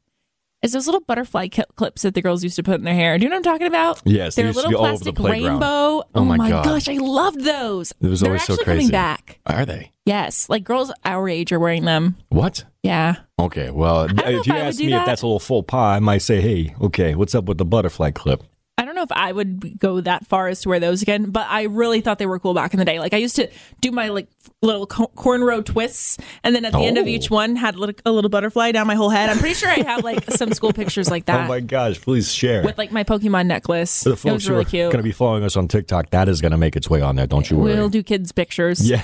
Speaker 1: is those little butterfly cl- clips that the girls used to put in their hair. Do you know what I'm talking about?
Speaker 2: Yes, they
Speaker 1: they're
Speaker 2: used to
Speaker 1: little
Speaker 2: be all over the
Speaker 1: plastic
Speaker 2: playground.
Speaker 1: rainbow. Oh,
Speaker 2: my God.
Speaker 1: gosh, I loved those.
Speaker 2: It was
Speaker 1: they're
Speaker 2: always so
Speaker 1: actually coming
Speaker 2: crazy.
Speaker 1: back.
Speaker 2: Are they?
Speaker 1: Yes, like girls our age are wearing them.
Speaker 2: What?
Speaker 1: Yeah,
Speaker 2: Okay, well,
Speaker 1: know
Speaker 2: if
Speaker 1: if
Speaker 2: you
Speaker 1: I would
Speaker 2: ask
Speaker 1: do
Speaker 2: me if
Speaker 1: that.
Speaker 2: that's a little faux pas, I might say, hey, okay, what's up with the butterfly clip?
Speaker 1: I don't know if I would go that far as to wear those again, but I really thought they were cool back in the day. Like I used to do my like little co- cornrow twists, and then at the end of
Speaker 2: Oh.
Speaker 1: each one had like, a little butterfly down my whole head. I'm pretty sure I have like some school pictures like that.
Speaker 2: Oh my gosh, please share.
Speaker 1: with like my Pokemon necklace.
Speaker 2: For the
Speaker 1: It
Speaker 2: folks
Speaker 1: Uh, was really
Speaker 2: who are
Speaker 1: cute.
Speaker 2: going to be following us on TikTok, that is going to make its way on there, don't you worry.
Speaker 1: we'll do kids pictures.
Speaker 2: yeah.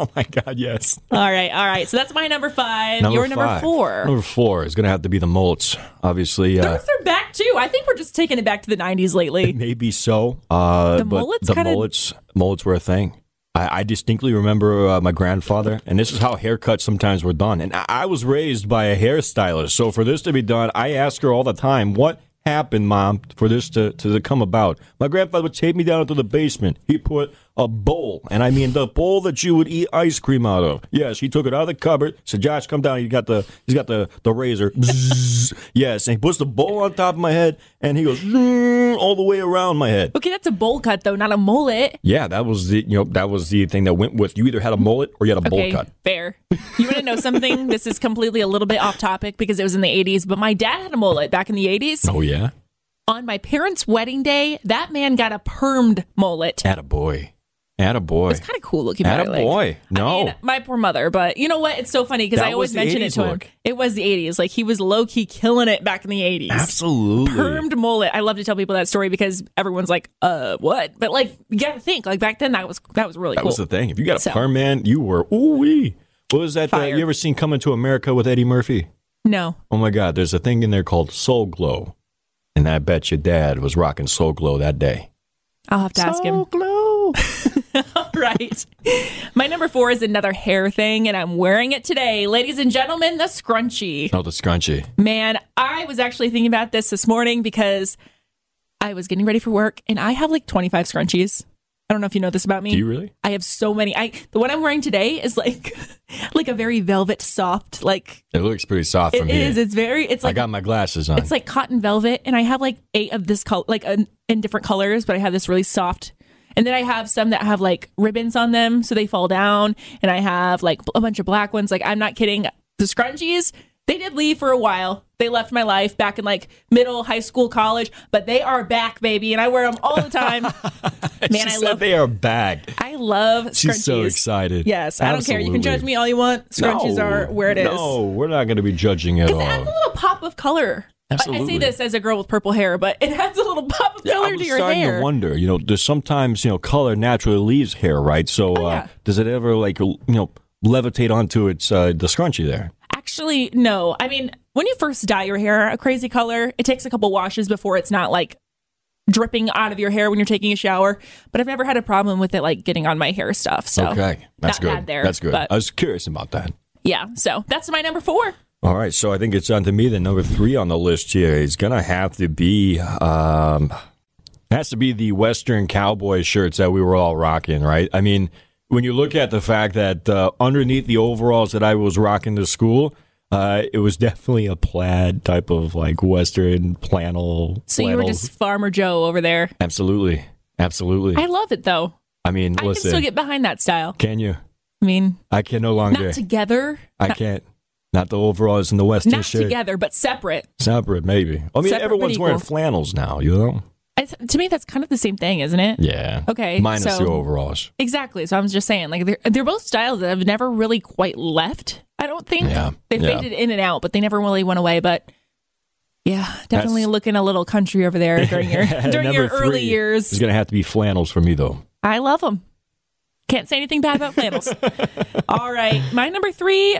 Speaker 2: oh my God, yes.
Speaker 1: All right, all right. So that's my number five. Your number
Speaker 2: five.
Speaker 1: four.
Speaker 2: Number four is going to have to be the molts, obviously. Uh,
Speaker 1: Those are back too. I think we're just taking it back to the '90s lately.
Speaker 2: Maybe so. Uh,
Speaker 1: The
Speaker 2: but
Speaker 1: mullets
Speaker 2: the
Speaker 1: kinda-
Speaker 2: mullets, mullets were a thing. I, I distinctly remember uh, my grandfather, and this is how haircuts sometimes were done. And I, I was raised by a hairstylist, so for this to be done, I ask her all the time, "What happened, Mom, for this to, to come about?" My grandfather would take me down into the basement. He put a bowl, and I mean the bowl that you would eat ice cream out of. Yes, he took it out of the cupboard. Said, "Josh, come down. You got the he's got the the razor." Bzzz. yes, and he puts the bowl on top of my head, and he goes "Zzzz," all the way around my head.
Speaker 1: Okay, that's a bowl cut though, not a mullet.
Speaker 2: Yeah, that was the you know that was the thing that went with you. Either had a mullet or you had a bowl
Speaker 1: Okay,
Speaker 2: cut.
Speaker 1: fair. You want to know something? this is completely a little bit off topic because it was in the 80s, but my dad had a mullet back in the 80s.
Speaker 2: Oh yeah,
Speaker 1: On my parents' wedding day, that man got a permed mullet.
Speaker 2: at a boy, at a boy,
Speaker 1: It's kind of cool looking.
Speaker 2: at
Speaker 1: back,
Speaker 2: a
Speaker 1: like-
Speaker 2: boy. No,
Speaker 1: I mean, my poor mother, but you know what? It's so funny because
Speaker 2: That
Speaker 1: I always
Speaker 2: was the
Speaker 1: mention it
Speaker 2: 80s
Speaker 1: to
Speaker 2: look.
Speaker 1: him. It was the 80s. Like he was low key killing it back in the 80s.
Speaker 2: absolutely.
Speaker 1: Permed mullet. I love to tell people that story because everyone's like, "Uh, what?" But like, you gotta think. Like back then, that was that was really
Speaker 2: That
Speaker 1: cool.
Speaker 2: was the thing. If you got a
Speaker 1: So-
Speaker 2: perm, man, you were ooh wee. What was that? Uh,
Speaker 1: Fire.
Speaker 2: you ever seen Coming to America with Eddie Murphy?
Speaker 1: no,
Speaker 2: Oh my God, there's a thing in there called Soul Glow, and I bet your dad was rocking Soul Glow that day.
Speaker 1: I'll have to ask him.
Speaker 2: Soul Glow.
Speaker 1: All right. My number four is another hair thing, and I'm wearing it today, ladies and gentlemen. The scrunchie.
Speaker 2: oh, the scrunchie.
Speaker 1: Man, I was actually thinking about this this morning because I was getting ready for work, and I have like 25 scrunchies. I don't know if you know this about me.
Speaker 2: Do you really?
Speaker 1: I have so many. I the one I'm wearing today is like like a very velvet soft like
Speaker 2: It looks pretty soft
Speaker 1: it
Speaker 2: from
Speaker 1: is.
Speaker 2: here.
Speaker 1: It's very it's
Speaker 2: I
Speaker 1: like
Speaker 2: got my glasses on.
Speaker 1: it's like cotton velvet and I have like eight of this color like an, in different colors, but I have this really soft and then I have some that have like ribbons on them so they fall down and I have like a bunch of black ones like I'm not kidding. The scrunchies they did leave for a while. They left my life back in like middle, high school, college, but they are back, baby, and I wear them all the time. Man,
Speaker 2: she
Speaker 1: I
Speaker 2: said
Speaker 1: love
Speaker 2: they are back.
Speaker 1: I love scrunchies.
Speaker 2: She's so excited.
Speaker 1: Yes, I don't care. You can judge me all you want. Scrunchies
Speaker 2: No,
Speaker 1: are where it is.
Speaker 2: No, we're not going to be judging at
Speaker 1: It adds a
Speaker 2: all.
Speaker 1: little pop of color. I- I
Speaker 2: Absolutely.
Speaker 1: say this as a girl with purple hair, but it adds a little pop of color
Speaker 2: I'm
Speaker 1: to your
Speaker 2: starting
Speaker 1: hair.
Speaker 2: to wonder. You know, there's sometimes you know color naturally leaves hair, right? So uh,
Speaker 1: Oh, yeah.
Speaker 2: does it ever like l- you know levitate onto its uh, the scrunchie there?
Speaker 1: Actually, no. I mean, when you first dye your hair a crazy color, it takes a couple washes before it's not like dripping out of your hair when you're taking a shower. But I've never had a problem with it like getting on my hair stuff. So
Speaker 2: okay,
Speaker 1: Oh, not
Speaker 2: that's good.
Speaker 1: bad there,
Speaker 2: that's good.
Speaker 1: but-
Speaker 2: I was curious about that.
Speaker 1: yeah, so that's my number four.
Speaker 2: All right, so I think it's on to me. The number three on the list here is gonna have to be um, has to be the Western cowboy shirts that we were all rocking, right? I mean, when you look at the fact that uh, underneath the overalls that I was rocking to school, uh, it was definitely a plaid type of like Western flannel.
Speaker 1: So you were
Speaker 2: flannel.
Speaker 1: just Farmer Joe over there.
Speaker 2: absolutely, absolutely.
Speaker 1: I
Speaker 2: I,
Speaker 1: love it though.
Speaker 2: mean,
Speaker 1: I can
Speaker 2: listen,
Speaker 1: still get behind that style.
Speaker 2: can you?
Speaker 1: I mean,
Speaker 2: I can no
Speaker 1: not
Speaker 2: longer.
Speaker 1: together.
Speaker 2: I can't. Not the overalls and the Western
Speaker 1: not
Speaker 2: shirt.
Speaker 1: together, but separate.
Speaker 2: Separate, maybe. I mean,
Speaker 1: Separate but
Speaker 2: everyone's wearing
Speaker 1: equal.
Speaker 2: flannels now, you know?
Speaker 1: It's, to me, that's kind of the same thing, isn't it?
Speaker 2: Yeah.
Speaker 1: Okay,
Speaker 2: Minus
Speaker 1: so-
Speaker 2: the overalls.
Speaker 1: Exactly. So I'm just saying, like they're they're both styles that have never really quite left. I don't think
Speaker 2: Yeah,
Speaker 1: they
Speaker 2: yeah.
Speaker 1: faded in and out, but they never really went away. But yeah, definitely
Speaker 2: That's-
Speaker 1: looking a little country over there during your during your early
Speaker 2: It's
Speaker 1: years.
Speaker 2: going to have to be flannels for me, though.
Speaker 1: I love them. Can't say anything bad about flannels. All right, my number three.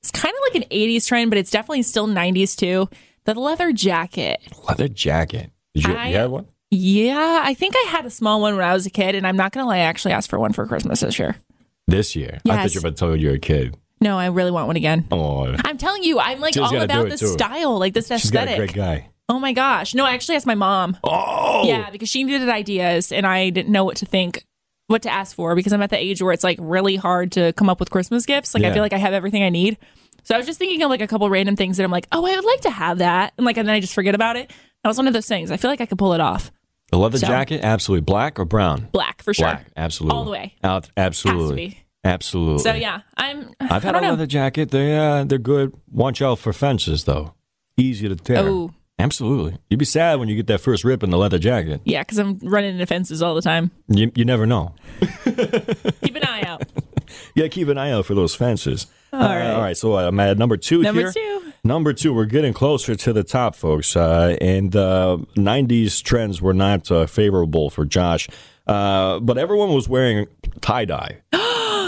Speaker 1: It's kind of like an '80s trend, but it's definitely still '90s too. The leather jacket.
Speaker 2: Leather jacket. Did you,
Speaker 1: I-
Speaker 2: you have one?
Speaker 1: Yeah, I think I had a small one when I was a kid, and I'm not gonna lie, I actually asked for one for Christmas this year.
Speaker 2: This year. I thought
Speaker 1: Yes.
Speaker 2: you were about to tell me you were a kid.
Speaker 1: No, I really want one again.
Speaker 2: Oh,
Speaker 1: I'm telling you, I'm like
Speaker 2: She's
Speaker 1: all
Speaker 2: gotta do
Speaker 1: about
Speaker 2: it
Speaker 1: this
Speaker 2: too.
Speaker 1: style, like this
Speaker 2: she's got a great
Speaker 1: aesthetic.
Speaker 2: guy.
Speaker 1: Oh my gosh. No, I actually asked my mom.
Speaker 2: Oh!
Speaker 1: Yeah, because she needed ideas and I didn't know what to think, what to ask for because I'm at the age where it's like really hard to come up with Christmas gifts. Like
Speaker 2: Yeah.
Speaker 1: I feel like I have everything I need. So I was just thinking of like a couple random things that I'm like, oh, I would like to have that. And like, and then I just forget about it. That was one of those things. I feel like I could pull it off.
Speaker 2: The leather
Speaker 1: So-
Speaker 2: jacket, absolutely. Black or brown?
Speaker 1: Black for sure.
Speaker 2: Black, absolutely.
Speaker 1: All the way.
Speaker 2: Out, absolutely.
Speaker 1: Has to be.
Speaker 2: Absolutely.
Speaker 1: So yeah, I'm.
Speaker 2: I've
Speaker 1: I
Speaker 2: had a
Speaker 1: don't know.
Speaker 2: leather jacket. They uh, they're good. Watch out for fences, though. Easy to tear.
Speaker 1: Oh.
Speaker 2: Absolutely. You'd be sad when you get that first rip in the leather jacket.
Speaker 1: Yeah, because I'm running into fences all the time.
Speaker 2: You, you never know.
Speaker 1: Keep an eye out.
Speaker 2: Yeah, keep an eye out for those fences. All
Speaker 1: right.
Speaker 2: all right. So I'm at number two
Speaker 1: Number
Speaker 2: here.
Speaker 1: two.
Speaker 2: Number two, we're getting closer to the top, folks. Uh, and uh, 90s trends were not uh, favorable for Josh. Uh, but everyone was wearing tie dye.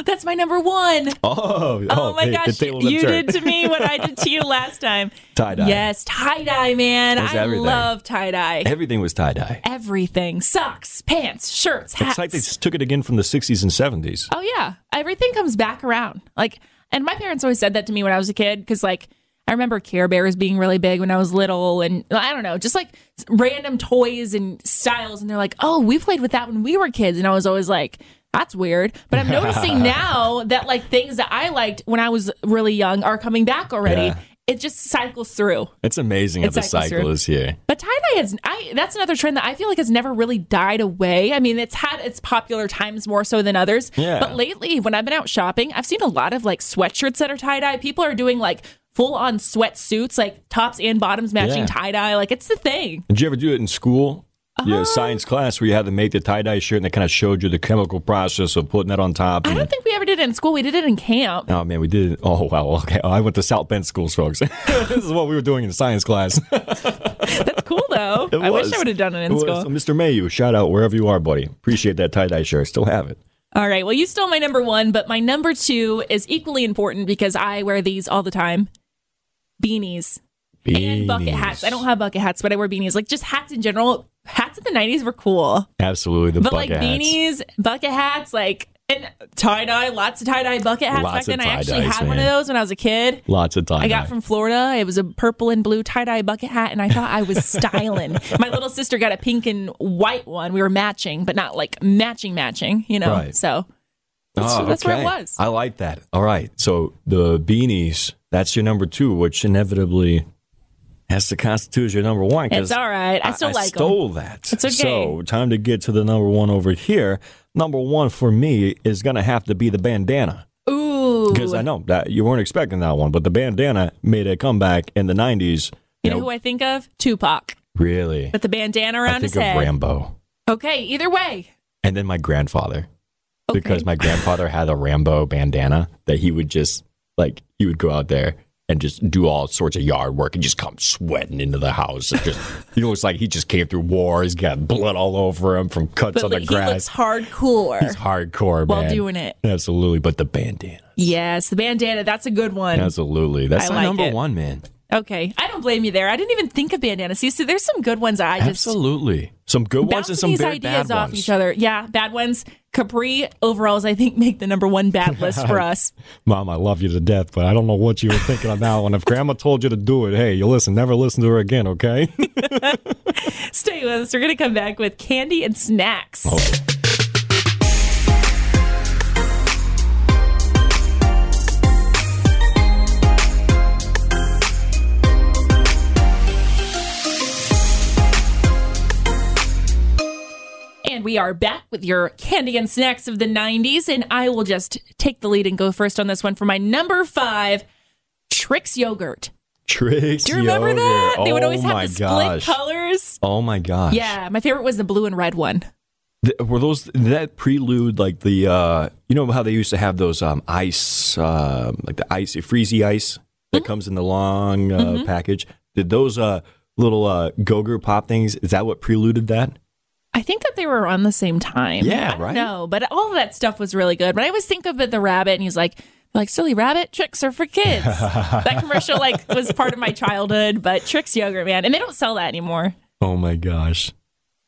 Speaker 1: That's my number one.
Speaker 2: Oh,
Speaker 1: Oh, my
Speaker 2: hey, the
Speaker 1: gosh,
Speaker 2: tables have
Speaker 1: you
Speaker 2: turned.
Speaker 1: did to me what I did to you last time.
Speaker 2: Tie-dye.
Speaker 1: Yes, tie dye, man.
Speaker 2: It's
Speaker 1: I
Speaker 2: everything.
Speaker 1: love tie dye.
Speaker 2: Everything was tie dye.
Speaker 1: Everything socks, pants, shirts, hats.
Speaker 2: It's like they just took it again from the 60s and 70s.
Speaker 1: Oh yeah, everything comes back around. Like, and my parents always said that to me when I was a kid because, like, I remember Care Bears being really big when I was little, and I don't know, just like s- random toys and styles. And they're like, "Oh, we played with that when we were kids," and I was always like. That's weird, but I'm noticing now that like things that I liked when I was really young are coming back already.
Speaker 2: Yeah.
Speaker 1: It just cycles through.
Speaker 2: It's amazing how
Speaker 1: It
Speaker 2: the
Speaker 1: cycles
Speaker 2: cycle
Speaker 1: through.
Speaker 2: is here.
Speaker 1: But tie dye is I, that's another trend that I feel like has never really died away. I mean, it's had its popular times more so than others.
Speaker 2: Yeah.
Speaker 1: But lately, when I've been out shopping, I've seen a lot of like sweatshirts that are tie dye. People are doing like full on sweatsuits, like tops and bottoms matching
Speaker 2: Yeah.
Speaker 1: tie dye. Like it's the thing.
Speaker 2: Did you ever do it in school?
Speaker 1: Uh-huh.
Speaker 2: Yeah, science class where you had to make the tie dye shirt and they kind of showed you the chemical process of putting that on top.
Speaker 1: I
Speaker 2: and-
Speaker 1: don't think we ever did it in school. We did it in camp.
Speaker 2: Oh man, we did. it. Oh wow, okay. Oh, I went to South Bend schools, folks. this is what we were doing in science class.
Speaker 1: That's cool though.
Speaker 2: It
Speaker 1: I
Speaker 2: was.
Speaker 1: wish I would have done it in
Speaker 2: was.
Speaker 1: school.
Speaker 2: So, Mr. Mayu, shout out wherever you are, buddy. Appreciate that tie dye shirt. Still have it.
Speaker 1: All right. Well, you stole my number one, but my number two is equally important because I wear these all the time. Beanies. and bucket hats. I don't have bucket hats, but I wear beanies. Like just hats in general. Hats in the nineties were cool,
Speaker 2: Absolutely, the
Speaker 1: but
Speaker 2: bucket
Speaker 1: like
Speaker 2: hats.
Speaker 1: beanies, bucket hats, like and tie dye. Lots of tie dye bucket hats
Speaker 2: Lots
Speaker 1: back
Speaker 2: of
Speaker 1: then. I actually
Speaker 2: tie-dyes,
Speaker 1: had one of
Speaker 2: man.
Speaker 1: those when I was a kid.
Speaker 2: Lots of tie dye.
Speaker 1: I got from Florida. It was a purple and blue tie dye bucket hat, and I thought I was styling. My little sister got a pink and white one. We were matching, but not like matching, matching. You know,
Speaker 2: Right.
Speaker 1: so that's,
Speaker 2: Oh,
Speaker 1: that's where
Speaker 2: okay.
Speaker 1: it was.
Speaker 2: I like that. All right, so the beanies. That's your number two, which inevitably has to constitute as your number one. 'cause
Speaker 1: It's all right. I still like 'em.
Speaker 2: stole that.
Speaker 1: It's okay.
Speaker 2: So time to get to the number one over here. Number one for me is gonna have to be the bandana.
Speaker 1: Ooh,
Speaker 2: Because I know that you weren't expecting that one, but the bandana made a comeback in the '90s.
Speaker 1: you know who I think of? Tupac
Speaker 2: really?
Speaker 1: with the bandana
Speaker 2: I
Speaker 1: around
Speaker 2: think
Speaker 1: his
Speaker 2: of
Speaker 1: head.
Speaker 2: Rambo,
Speaker 1: Okay, either way.
Speaker 2: and then my grandfather,
Speaker 1: Okay.
Speaker 2: because my grandfather had a Rambo bandana that he would just like he would go out there and just do all sorts of yard work and just come sweating into the house. And just he looks like he just came through war. He's got blood all over him from cuts
Speaker 1: but
Speaker 2: on
Speaker 1: like,
Speaker 2: the
Speaker 1: he
Speaker 2: grass.
Speaker 1: looks hardcore
Speaker 2: He's hardcore,
Speaker 1: while
Speaker 2: man.
Speaker 1: doing it.
Speaker 2: Absolutely, but the bandana.
Speaker 1: Yes, the bandana. That's a good one.
Speaker 2: Absolutely, that's
Speaker 1: I
Speaker 2: my
Speaker 1: like
Speaker 2: number
Speaker 1: it.
Speaker 2: one, man.
Speaker 1: Okay, I don't blame you there. I didn't even think of bandanas. See, so there's some good ones that I just
Speaker 2: Absolutely, some good ones
Speaker 1: bounce
Speaker 2: and some
Speaker 1: these
Speaker 2: very
Speaker 1: ideas
Speaker 2: bad
Speaker 1: off
Speaker 2: ones.
Speaker 1: each other. Yeah, bad ones. Capri overalls, I think, make the number one bad list for us.
Speaker 2: Mom, I love you to death, but I don't know what you were thinking on that one. If Grandma told you to do it, hey, you listen, never listen to her again, okay?
Speaker 1: Stay with us. We're gonna come back with candy and snacks.
Speaker 2: Oh.
Speaker 1: And we are back with your candy and snacks of the 90s. And I will just take the lead and go first on this one for my number five Trix yogurt.
Speaker 2: Tricks.
Speaker 1: Do you remember that? They would always
Speaker 2: oh
Speaker 1: have
Speaker 2: my
Speaker 1: the split
Speaker 2: gosh.
Speaker 1: colors.
Speaker 2: Oh my gosh.
Speaker 1: Yeah, my favorite was the blue and red one.
Speaker 2: Th- were those that prelude like the uh you know how they used to have those um ice um like the ice freezy ice
Speaker 1: Mm-hmm.
Speaker 2: that comes in the long uh, package? Did those uh little uh go-gurt pop things, is that what preluded that?
Speaker 1: I think that they were around the same time.
Speaker 2: Yeah,
Speaker 1: I don't
Speaker 2: right?
Speaker 1: know, but all of that stuff was really good. But I always think of it, the rabbit, and he's like, like silly rabbit tricks are for kids. that commercial like was part of my childhood, but tricks yogurt, man, and they don't sell that anymore.
Speaker 2: Oh my gosh.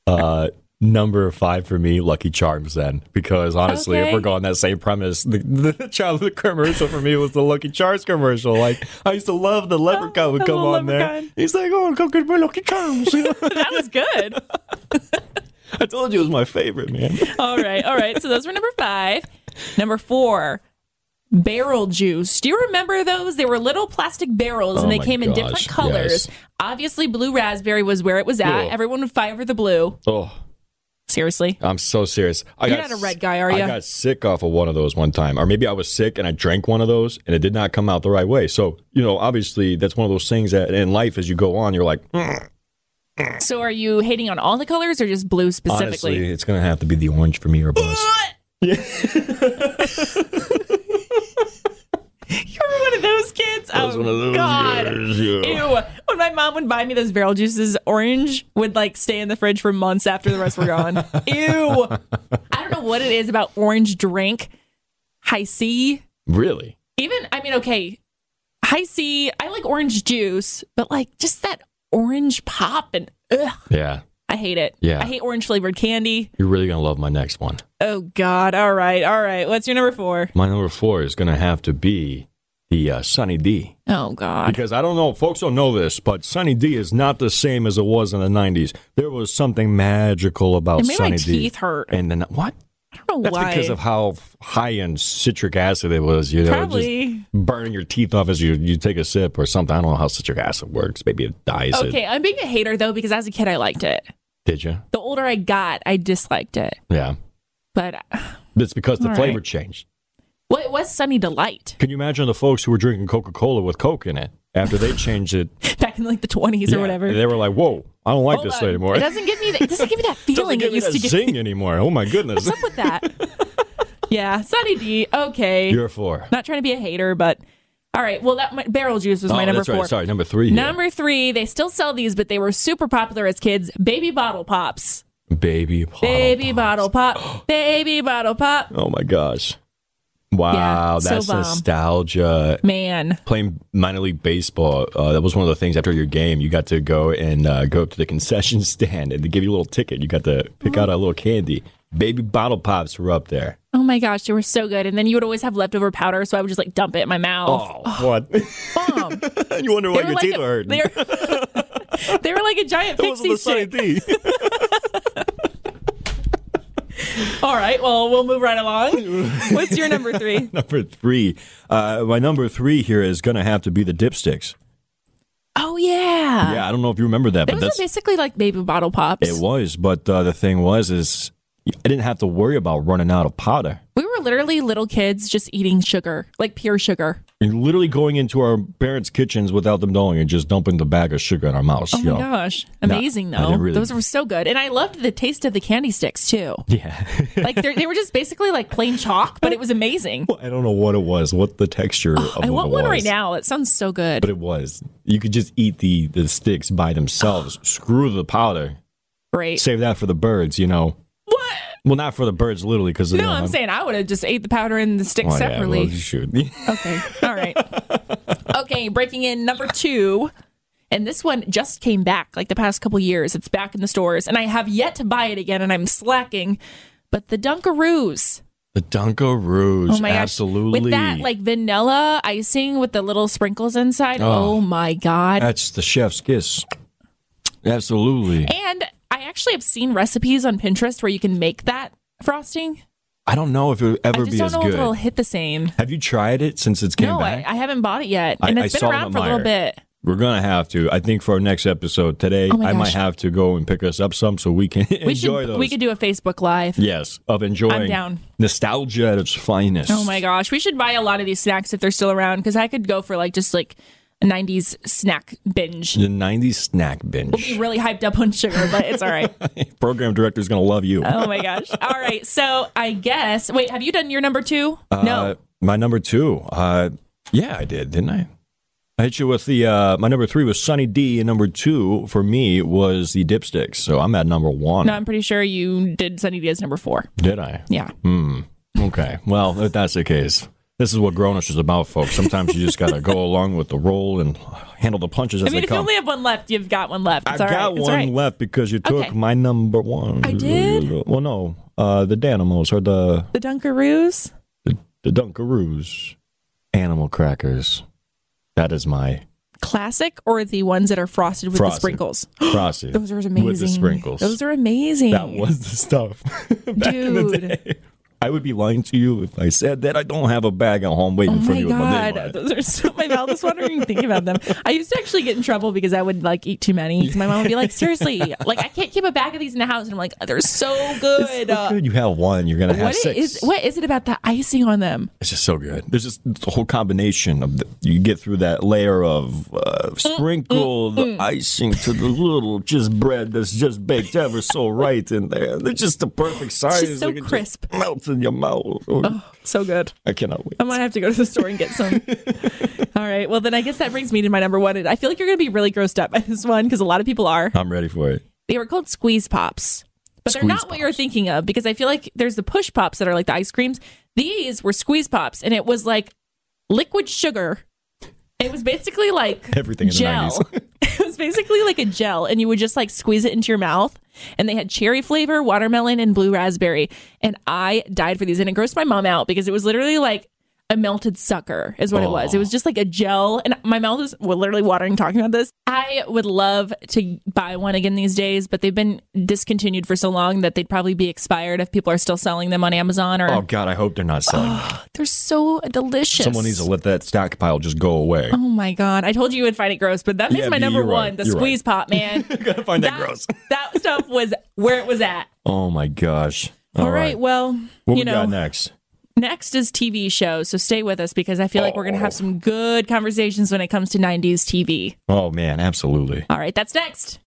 Speaker 2: Uh Number five for me, Lucky Charms. Then, because honestly, if
Speaker 1: Okay.
Speaker 2: we're going that same premise, the, the childhood commercial for me was the Lucky Charms commercial. Like I used to love the leprechaun would
Speaker 1: Oh, the
Speaker 2: come
Speaker 1: little
Speaker 2: on there.
Speaker 1: leprechaun.
Speaker 2: He's like, "Oh, come get my Lucky Charms." You know?
Speaker 1: That was good.
Speaker 2: I told you it was my favorite, man.
Speaker 1: all right, all right. So those were number five. Number four, barrel juice. Do you remember those? They were little plastic barrels,
Speaker 2: Oh
Speaker 1: and they
Speaker 2: my
Speaker 1: came in
Speaker 2: gosh,
Speaker 1: different colors.
Speaker 2: yes.
Speaker 1: Obviously, blue raspberry was where it was at.
Speaker 2: Cool.
Speaker 1: Everyone would fight over the blue.
Speaker 2: Oh,
Speaker 1: Seriously.
Speaker 2: I'm so serious. I
Speaker 1: You're
Speaker 2: got
Speaker 1: not a
Speaker 2: s-
Speaker 1: red guy, are
Speaker 2: I
Speaker 1: ya?
Speaker 2: got sick off of one of those one time, or maybe I was sick and I drank one of those and it did not come out the right way. So you know, obviously, that's one of those things that in life, as you go on, you're like,
Speaker 1: So are you hating on all the colors or just blue specifically?
Speaker 2: honestly, it's gonna have to be the orange for me or bust.
Speaker 1: Oh You were one of those kids.
Speaker 2: I was
Speaker 1: oh,
Speaker 2: one of those
Speaker 1: God.
Speaker 2: guys, yeah.
Speaker 1: Ew. When my mom would buy me those barrel juices, orange would like stay in the fridge for months after the rest were gone. Ew. I don't know what it is about orange drink. high C.
Speaker 3: Really?
Speaker 1: Even I mean, okay, high C. I like orange juice, but like just that orange pop and ugh,
Speaker 3: Yeah.
Speaker 1: I hate it.
Speaker 3: Yeah.
Speaker 1: I hate orange flavored candy.
Speaker 3: You're really going to love my next one.
Speaker 1: Oh God! All right, all right. What's your number four?
Speaker 3: My number four is going to have to be the uh, Sunny D.
Speaker 1: Oh God!
Speaker 2: Because I don't know, folks don't know this, but Sunny D is not the same as it was in the 90s. There was something magical about
Speaker 1: It made
Speaker 2: Sunny
Speaker 1: my
Speaker 2: D.
Speaker 1: teeth hurt.
Speaker 2: And then what?
Speaker 1: I don't know
Speaker 2: That's
Speaker 1: why.
Speaker 2: because of how high in citric acid it was. You know, just
Speaker 1: Probably.
Speaker 2: burning your teeth off as you, you take a sip or something. I don't know how citric acid works. Maybe it dies. It.
Speaker 1: Okay, I'm being a hater though because as a kid I liked it.
Speaker 3: Did you?
Speaker 1: The older I got, I disliked it.
Speaker 3: Yeah.
Speaker 1: But
Speaker 2: It's because the
Speaker 1: All
Speaker 2: flavor
Speaker 1: right.
Speaker 2: changed.
Speaker 1: what was Sunny Delight
Speaker 2: Can you imagine the folks who were drinking Coca Cola with Coke in it after they changed it?
Speaker 1: back in like the 20s or
Speaker 2: Yeah,
Speaker 1: whatever?
Speaker 2: They were like, whoa, I don't like
Speaker 1: Hold
Speaker 2: this
Speaker 1: on.
Speaker 2: anymore.
Speaker 1: It doesn't give me that, it doesn't give me that
Speaker 2: doesn't
Speaker 1: feeling
Speaker 2: give
Speaker 1: it
Speaker 2: me
Speaker 1: used
Speaker 2: that
Speaker 1: to give.
Speaker 2: zing anymore. Oh my goodness.
Speaker 1: What's up with that? yeah, Sunny D. Okay,
Speaker 2: You're four.
Speaker 1: not trying to be a hater, but all right. Well, that my, barrel juice was my
Speaker 3: oh,
Speaker 1: number
Speaker 3: that's
Speaker 1: four.
Speaker 3: right. Sorry, number three. Here.
Speaker 1: Number three, they still sell these, but they were super popular as kids. Baby bottle pops.
Speaker 3: Baby Bottle
Speaker 1: Baby
Speaker 3: Pop.
Speaker 1: bottle pop. Baby bottle pop.
Speaker 2: Oh my gosh. Wow,
Speaker 1: so
Speaker 2: that's
Speaker 1: bomb.
Speaker 3: nostalgia.
Speaker 1: Man,
Speaker 3: Playing minor league baseball, uh, that was one of the things after your game, you got to go and uh, go up to the concession stand and they give you a little ticket. You got to pick out a little candy. Baby bottle pops were up there.
Speaker 1: oh my gosh, they were so good. And then you would always have leftover powder, so I would just like dump it in my mouth.
Speaker 3: Oh, what?
Speaker 1: Bomb.
Speaker 3: you wonder why your
Speaker 1: like
Speaker 3: teeth
Speaker 1: a,
Speaker 3: are hurting.
Speaker 1: they were- they were like a giant
Speaker 3: That wasn't
Speaker 1: pixie
Speaker 3: the sunny
Speaker 1: stick.
Speaker 3: D.
Speaker 1: All right, well, we'll move right along. What's your number three?
Speaker 2: number three. Uh, my number three here is going to have to be the dipsticks.
Speaker 1: Oh yeah,
Speaker 2: yeah, I don't know if you remember that, but
Speaker 1: those are
Speaker 2: that's
Speaker 1: basically like baby bottle pops.
Speaker 2: it was. But uh, the thing was, is I didn't have to worry about running out of powder.
Speaker 1: we were literally little kids just eating sugar, like pure sugar.
Speaker 2: And literally going into our parents' kitchens without them knowing and just dumping the bag of sugar in our mouths.
Speaker 1: Oh
Speaker 2: you know?
Speaker 1: my gosh, amazing
Speaker 2: I
Speaker 1: though.
Speaker 2: didn't really-
Speaker 1: Those were so good, and I loved the taste of the candy sticks too.
Speaker 2: Yeah.
Speaker 1: Like they're- they were just basically like plain chalk, but it was amazing.
Speaker 2: I don't know what it was, what the texture of
Speaker 1: Oh, I want
Speaker 2: what it
Speaker 1: one
Speaker 2: was.
Speaker 1: right now. It sounds so good.
Speaker 2: But it was. You could just eat the, the sticks by themselves. Screw the powder.
Speaker 1: Great.
Speaker 2: Save that for the birds, you know.
Speaker 1: what?
Speaker 2: Well, not for the birds, literally, because
Speaker 1: No, I'm saying I would have just ate the powder and the stick
Speaker 2: Oh,
Speaker 1: separately.
Speaker 2: shoot.
Speaker 1: Okay. All right. okay, breaking in number two. And this one just came back like the past couple years. It's back in the stores, and I have yet to buy it again, and I'm slacking. But the Dunkaroos.
Speaker 3: The Dunkaroos.
Speaker 1: Oh my gosh.
Speaker 3: absolutely.
Speaker 1: With that like vanilla icing with the little sprinkles inside. Oh, my God.
Speaker 2: That's the chef's kiss. Absolutely.
Speaker 1: and I actually have seen recipes on Pinterest where you can make that frosting.
Speaker 2: I don't know if it'll
Speaker 1: I
Speaker 2: ever
Speaker 1: just
Speaker 2: be
Speaker 1: don't
Speaker 2: as
Speaker 1: know if
Speaker 2: good.
Speaker 1: it'll hit the same.
Speaker 2: Have you tried it since it's came
Speaker 1: no, I,
Speaker 2: back?
Speaker 1: I haven't bought it yet.
Speaker 2: I-
Speaker 1: And
Speaker 2: I
Speaker 1: it's
Speaker 2: saw
Speaker 1: been
Speaker 2: them
Speaker 1: around
Speaker 2: at
Speaker 1: for a little
Speaker 2: Meijer.
Speaker 1: bit.
Speaker 2: We're gonna have to. I think for our next episode today,
Speaker 1: Oh my
Speaker 2: I might
Speaker 1: gosh.
Speaker 2: have to go and pick us up some so we can
Speaker 1: We
Speaker 2: enjoy
Speaker 1: should
Speaker 2: those.
Speaker 1: we could do a Facebook Live.
Speaker 2: yes, of enjoying
Speaker 1: I'm down.
Speaker 2: nostalgia at its finest.
Speaker 1: Oh my gosh, we should buy a lot of these snacks if they're still around because I could go for like just like a 90s snack binge.
Speaker 2: The '90s snack binge.
Speaker 1: Really hyped up on sugar, but it's all right.
Speaker 2: Program director's gonna love you.
Speaker 1: Oh my gosh. All right. So I guess, wait, have you done your number two?
Speaker 2: Uh,
Speaker 1: no.
Speaker 2: my number two. Uh, yeah, I did, didn't I? I hit you with the uh, my number three was Sunny D, and number two for me was the Dipsticks. So I'm at number one.
Speaker 1: No, I'm pretty sure you did Sunny Diaz number four.
Speaker 2: Did I?
Speaker 1: Yeah.
Speaker 2: Okay. Well, if that's the case, this is what grownish is about, folks. Sometimes you just gotta go along with the roll and handle the punches
Speaker 1: I
Speaker 2: as
Speaker 1: mean,
Speaker 2: they
Speaker 1: if you
Speaker 2: come.
Speaker 1: only have one left, you've got one left.
Speaker 2: I've
Speaker 1: It's all right.
Speaker 2: got
Speaker 1: It's all
Speaker 2: one
Speaker 1: right.
Speaker 2: left because you took
Speaker 1: Okay.
Speaker 2: my number one.
Speaker 1: I did?
Speaker 2: Well, no, uh, the Danimals or the
Speaker 1: The Dunkaroos.
Speaker 2: the Dunkaroos, animal crackers. That is my
Speaker 1: Classic or the ones that are frosted with the
Speaker 2: Frosted.
Speaker 1: sprinkles.
Speaker 2: frosty.
Speaker 1: Those are amazing.
Speaker 2: With the sprinkles.
Speaker 1: Those are amazing.
Speaker 2: That was the stuff back in the
Speaker 1: Dude.
Speaker 2: day. I would be lying to you if I said that I don't have a bag at home waiting
Speaker 1: Oh
Speaker 2: for
Speaker 1: my
Speaker 2: you.
Speaker 1: god,
Speaker 2: But they might.
Speaker 1: those are so. My mouth is watering even thinking about them. I used to actually get in trouble because I would like eat too many. 'Cause My mom would be like, "Seriously, like I can't keep a bag of these in the house," and I'm like, "They're so good." uh,
Speaker 2: So good. You have one, you're gonna have
Speaker 1: What
Speaker 2: six.
Speaker 1: is what is it about the icing on them?
Speaker 2: It's just so good. There's just the whole combination of the, you get through that layer of uh,
Speaker 1: Mm,
Speaker 2: sprinkled icing to the little just bread that's just baked ever so right in there. They're just the perfect size.
Speaker 1: so
Speaker 2: They can just
Speaker 1: crisp.
Speaker 2: melts in your mouth. Oh,
Speaker 1: So good.
Speaker 2: I cannot wait.
Speaker 1: I might have to go to the store and get some. All right. Well, then I guess that brings me to my number one. And I feel like you're going to be really grossed up by this one because a lot of people are.
Speaker 2: I'm ready for it.
Speaker 1: They were called squeeze pops. But they're
Speaker 2: Squeeze
Speaker 1: not what you're thinking of because I feel like there's the push pops that are like the ice creams. These were squeeze pops, and it was like liquid sugar. It was basically like
Speaker 2: Everything in the
Speaker 1: gel.
Speaker 2: 90s.
Speaker 1: it was basically like a gel, and you would just like squeeze it into your mouth. And they had cherry flavor, watermelon, and blue raspberry. And I died for these, and it grossed my mom out because it was literally like a melted sucker, is what it was. It was just like a gel, and my mouth is well, literally watering talking about this. I would love to buy one again these days, but they've been discontinued for so long that they'd probably be expired if people are still selling them on Amazon. Or
Speaker 4: Oh God, I hope they're not selling. them.
Speaker 1: they're so delicious.
Speaker 2: Someone needs to let that stockpile just go away.
Speaker 1: Oh my god! I told you you would find it gross, but that is
Speaker 2: Yeah,
Speaker 1: my
Speaker 2: B,
Speaker 1: number
Speaker 2: you're
Speaker 1: one.
Speaker 2: right.
Speaker 1: The
Speaker 2: You're right.
Speaker 1: squeeze pop, man.
Speaker 2: Gotta find that,
Speaker 1: that,
Speaker 2: gross.
Speaker 1: that stuff was where it was at.
Speaker 2: Oh my gosh.
Speaker 1: All right. Well,
Speaker 4: What
Speaker 1: you
Speaker 4: we
Speaker 1: know,
Speaker 4: got next?
Speaker 1: next is TV shows. So stay with us because I feel like we're going to have some good conversations when it comes to 90s TV.
Speaker 2: Oh man, absolutely.
Speaker 1: All right. That's next.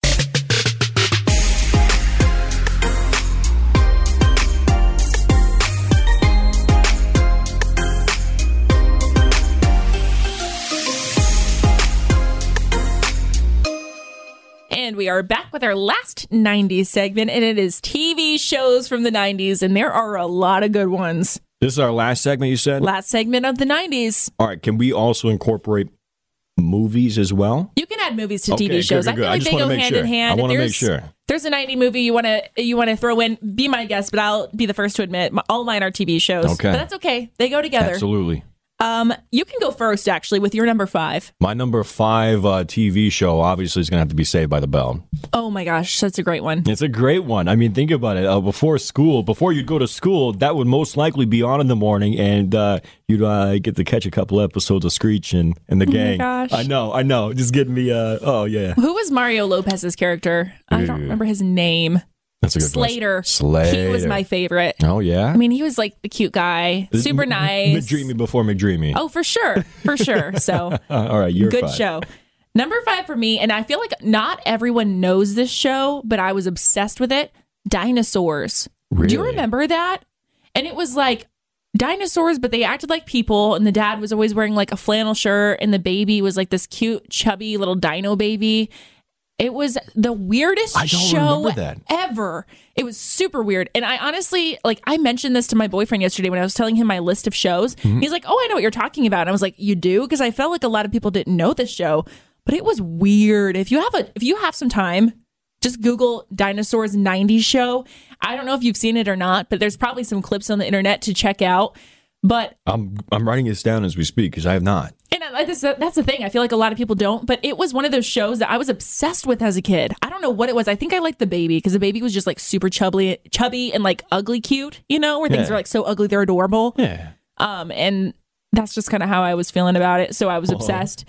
Speaker 1: And we are back with our last 90s segment, and it is TV shows from the 90s, and there are a lot of good ones.
Speaker 2: This is our last segment, you said?
Speaker 1: Last segment of the 90s.
Speaker 2: All right, can we also incorporate movies as well?
Speaker 1: You can add movies to
Speaker 2: Okay,
Speaker 1: TV
Speaker 2: good,
Speaker 1: shows.
Speaker 2: good,
Speaker 1: I
Speaker 2: good.
Speaker 1: feel
Speaker 2: I
Speaker 1: like
Speaker 2: just
Speaker 1: they
Speaker 2: wanna
Speaker 1: go
Speaker 2: make
Speaker 1: hand
Speaker 2: sure.
Speaker 1: in hand.
Speaker 2: I wanna
Speaker 1: If
Speaker 2: make
Speaker 1: there's-
Speaker 2: sure.
Speaker 1: There's a 90 movie you want to you want to throw in. Be my guest, but I'll be the first to admit my, all mine are TV shows.
Speaker 2: Okay.
Speaker 1: but that's okay. They go together.
Speaker 2: Absolutely.
Speaker 1: Um, you can go first actually with your number five.
Speaker 2: My number five uh, TV show obviously is going to have to be Saved by the Bell.
Speaker 1: Oh my gosh, that's a great one.
Speaker 2: It's a great one. I mean, think about it. Uh, before school, before you'd go to school, that would most likely be on in the morning, and uh, you'd uh, get to catch a couple episodes of Screech and, and the gang.
Speaker 1: Oh gosh.
Speaker 2: I know, I know. Just getting me. Uh, oh yeah,
Speaker 1: Who was Mario Lopez's character? I don't
Speaker 2: Ooh.
Speaker 1: remember his name.
Speaker 2: that's a good
Speaker 1: Slater.
Speaker 2: One. Slater.
Speaker 1: He was my favorite.
Speaker 2: Oh yeah.
Speaker 1: I mean, he was like the cute guy, super nice.
Speaker 2: McDreamy before McDreamy.
Speaker 1: Oh, for sure, for sure. So
Speaker 2: Uh, all right, you're
Speaker 1: good
Speaker 2: five.
Speaker 1: show. Number five for me, and I feel like not everyone knows this show, but I was obsessed with it. Dinosaurs. Do you
Speaker 2: Really?
Speaker 1: remember that? And it was like dinosaurs, but they acted like people, and the dad was always wearing like a flannel shirt, and the baby was like this cute, chubby little dino baby. It was the weirdest
Speaker 2: I don't
Speaker 1: show
Speaker 2: remember that.
Speaker 1: ever. It was super weird. And I honestly, like, I mentioned this to my boyfriend yesterday when I was telling him my list of shows.
Speaker 2: Mm-hmm.
Speaker 1: He's like, Oh, I know what you're talking about. And I was like, You do? Because I felt like a lot of people didn't know this show, but it was weird. If you have a if you have some time, just Google Dinosaurs 90s show. I don't know if you've seen it or not, but there's probably some clips on the internet to check out. But
Speaker 2: I'm I'm writing this down as we speak because I have not.
Speaker 1: and I, that's, that's the thing. I feel like a lot of people don't, but it was one of those shows that I was obsessed with as a kid. I don't know what it was. I think I liked the baby because the baby was just like super chubby, chubby and like ugly cute, you know, where things
Speaker 2: Yeah.
Speaker 1: are like so ugly they're adorable.
Speaker 2: Yeah.
Speaker 1: Um, and that's just kind of how I was feeling about it. So I was obsessed.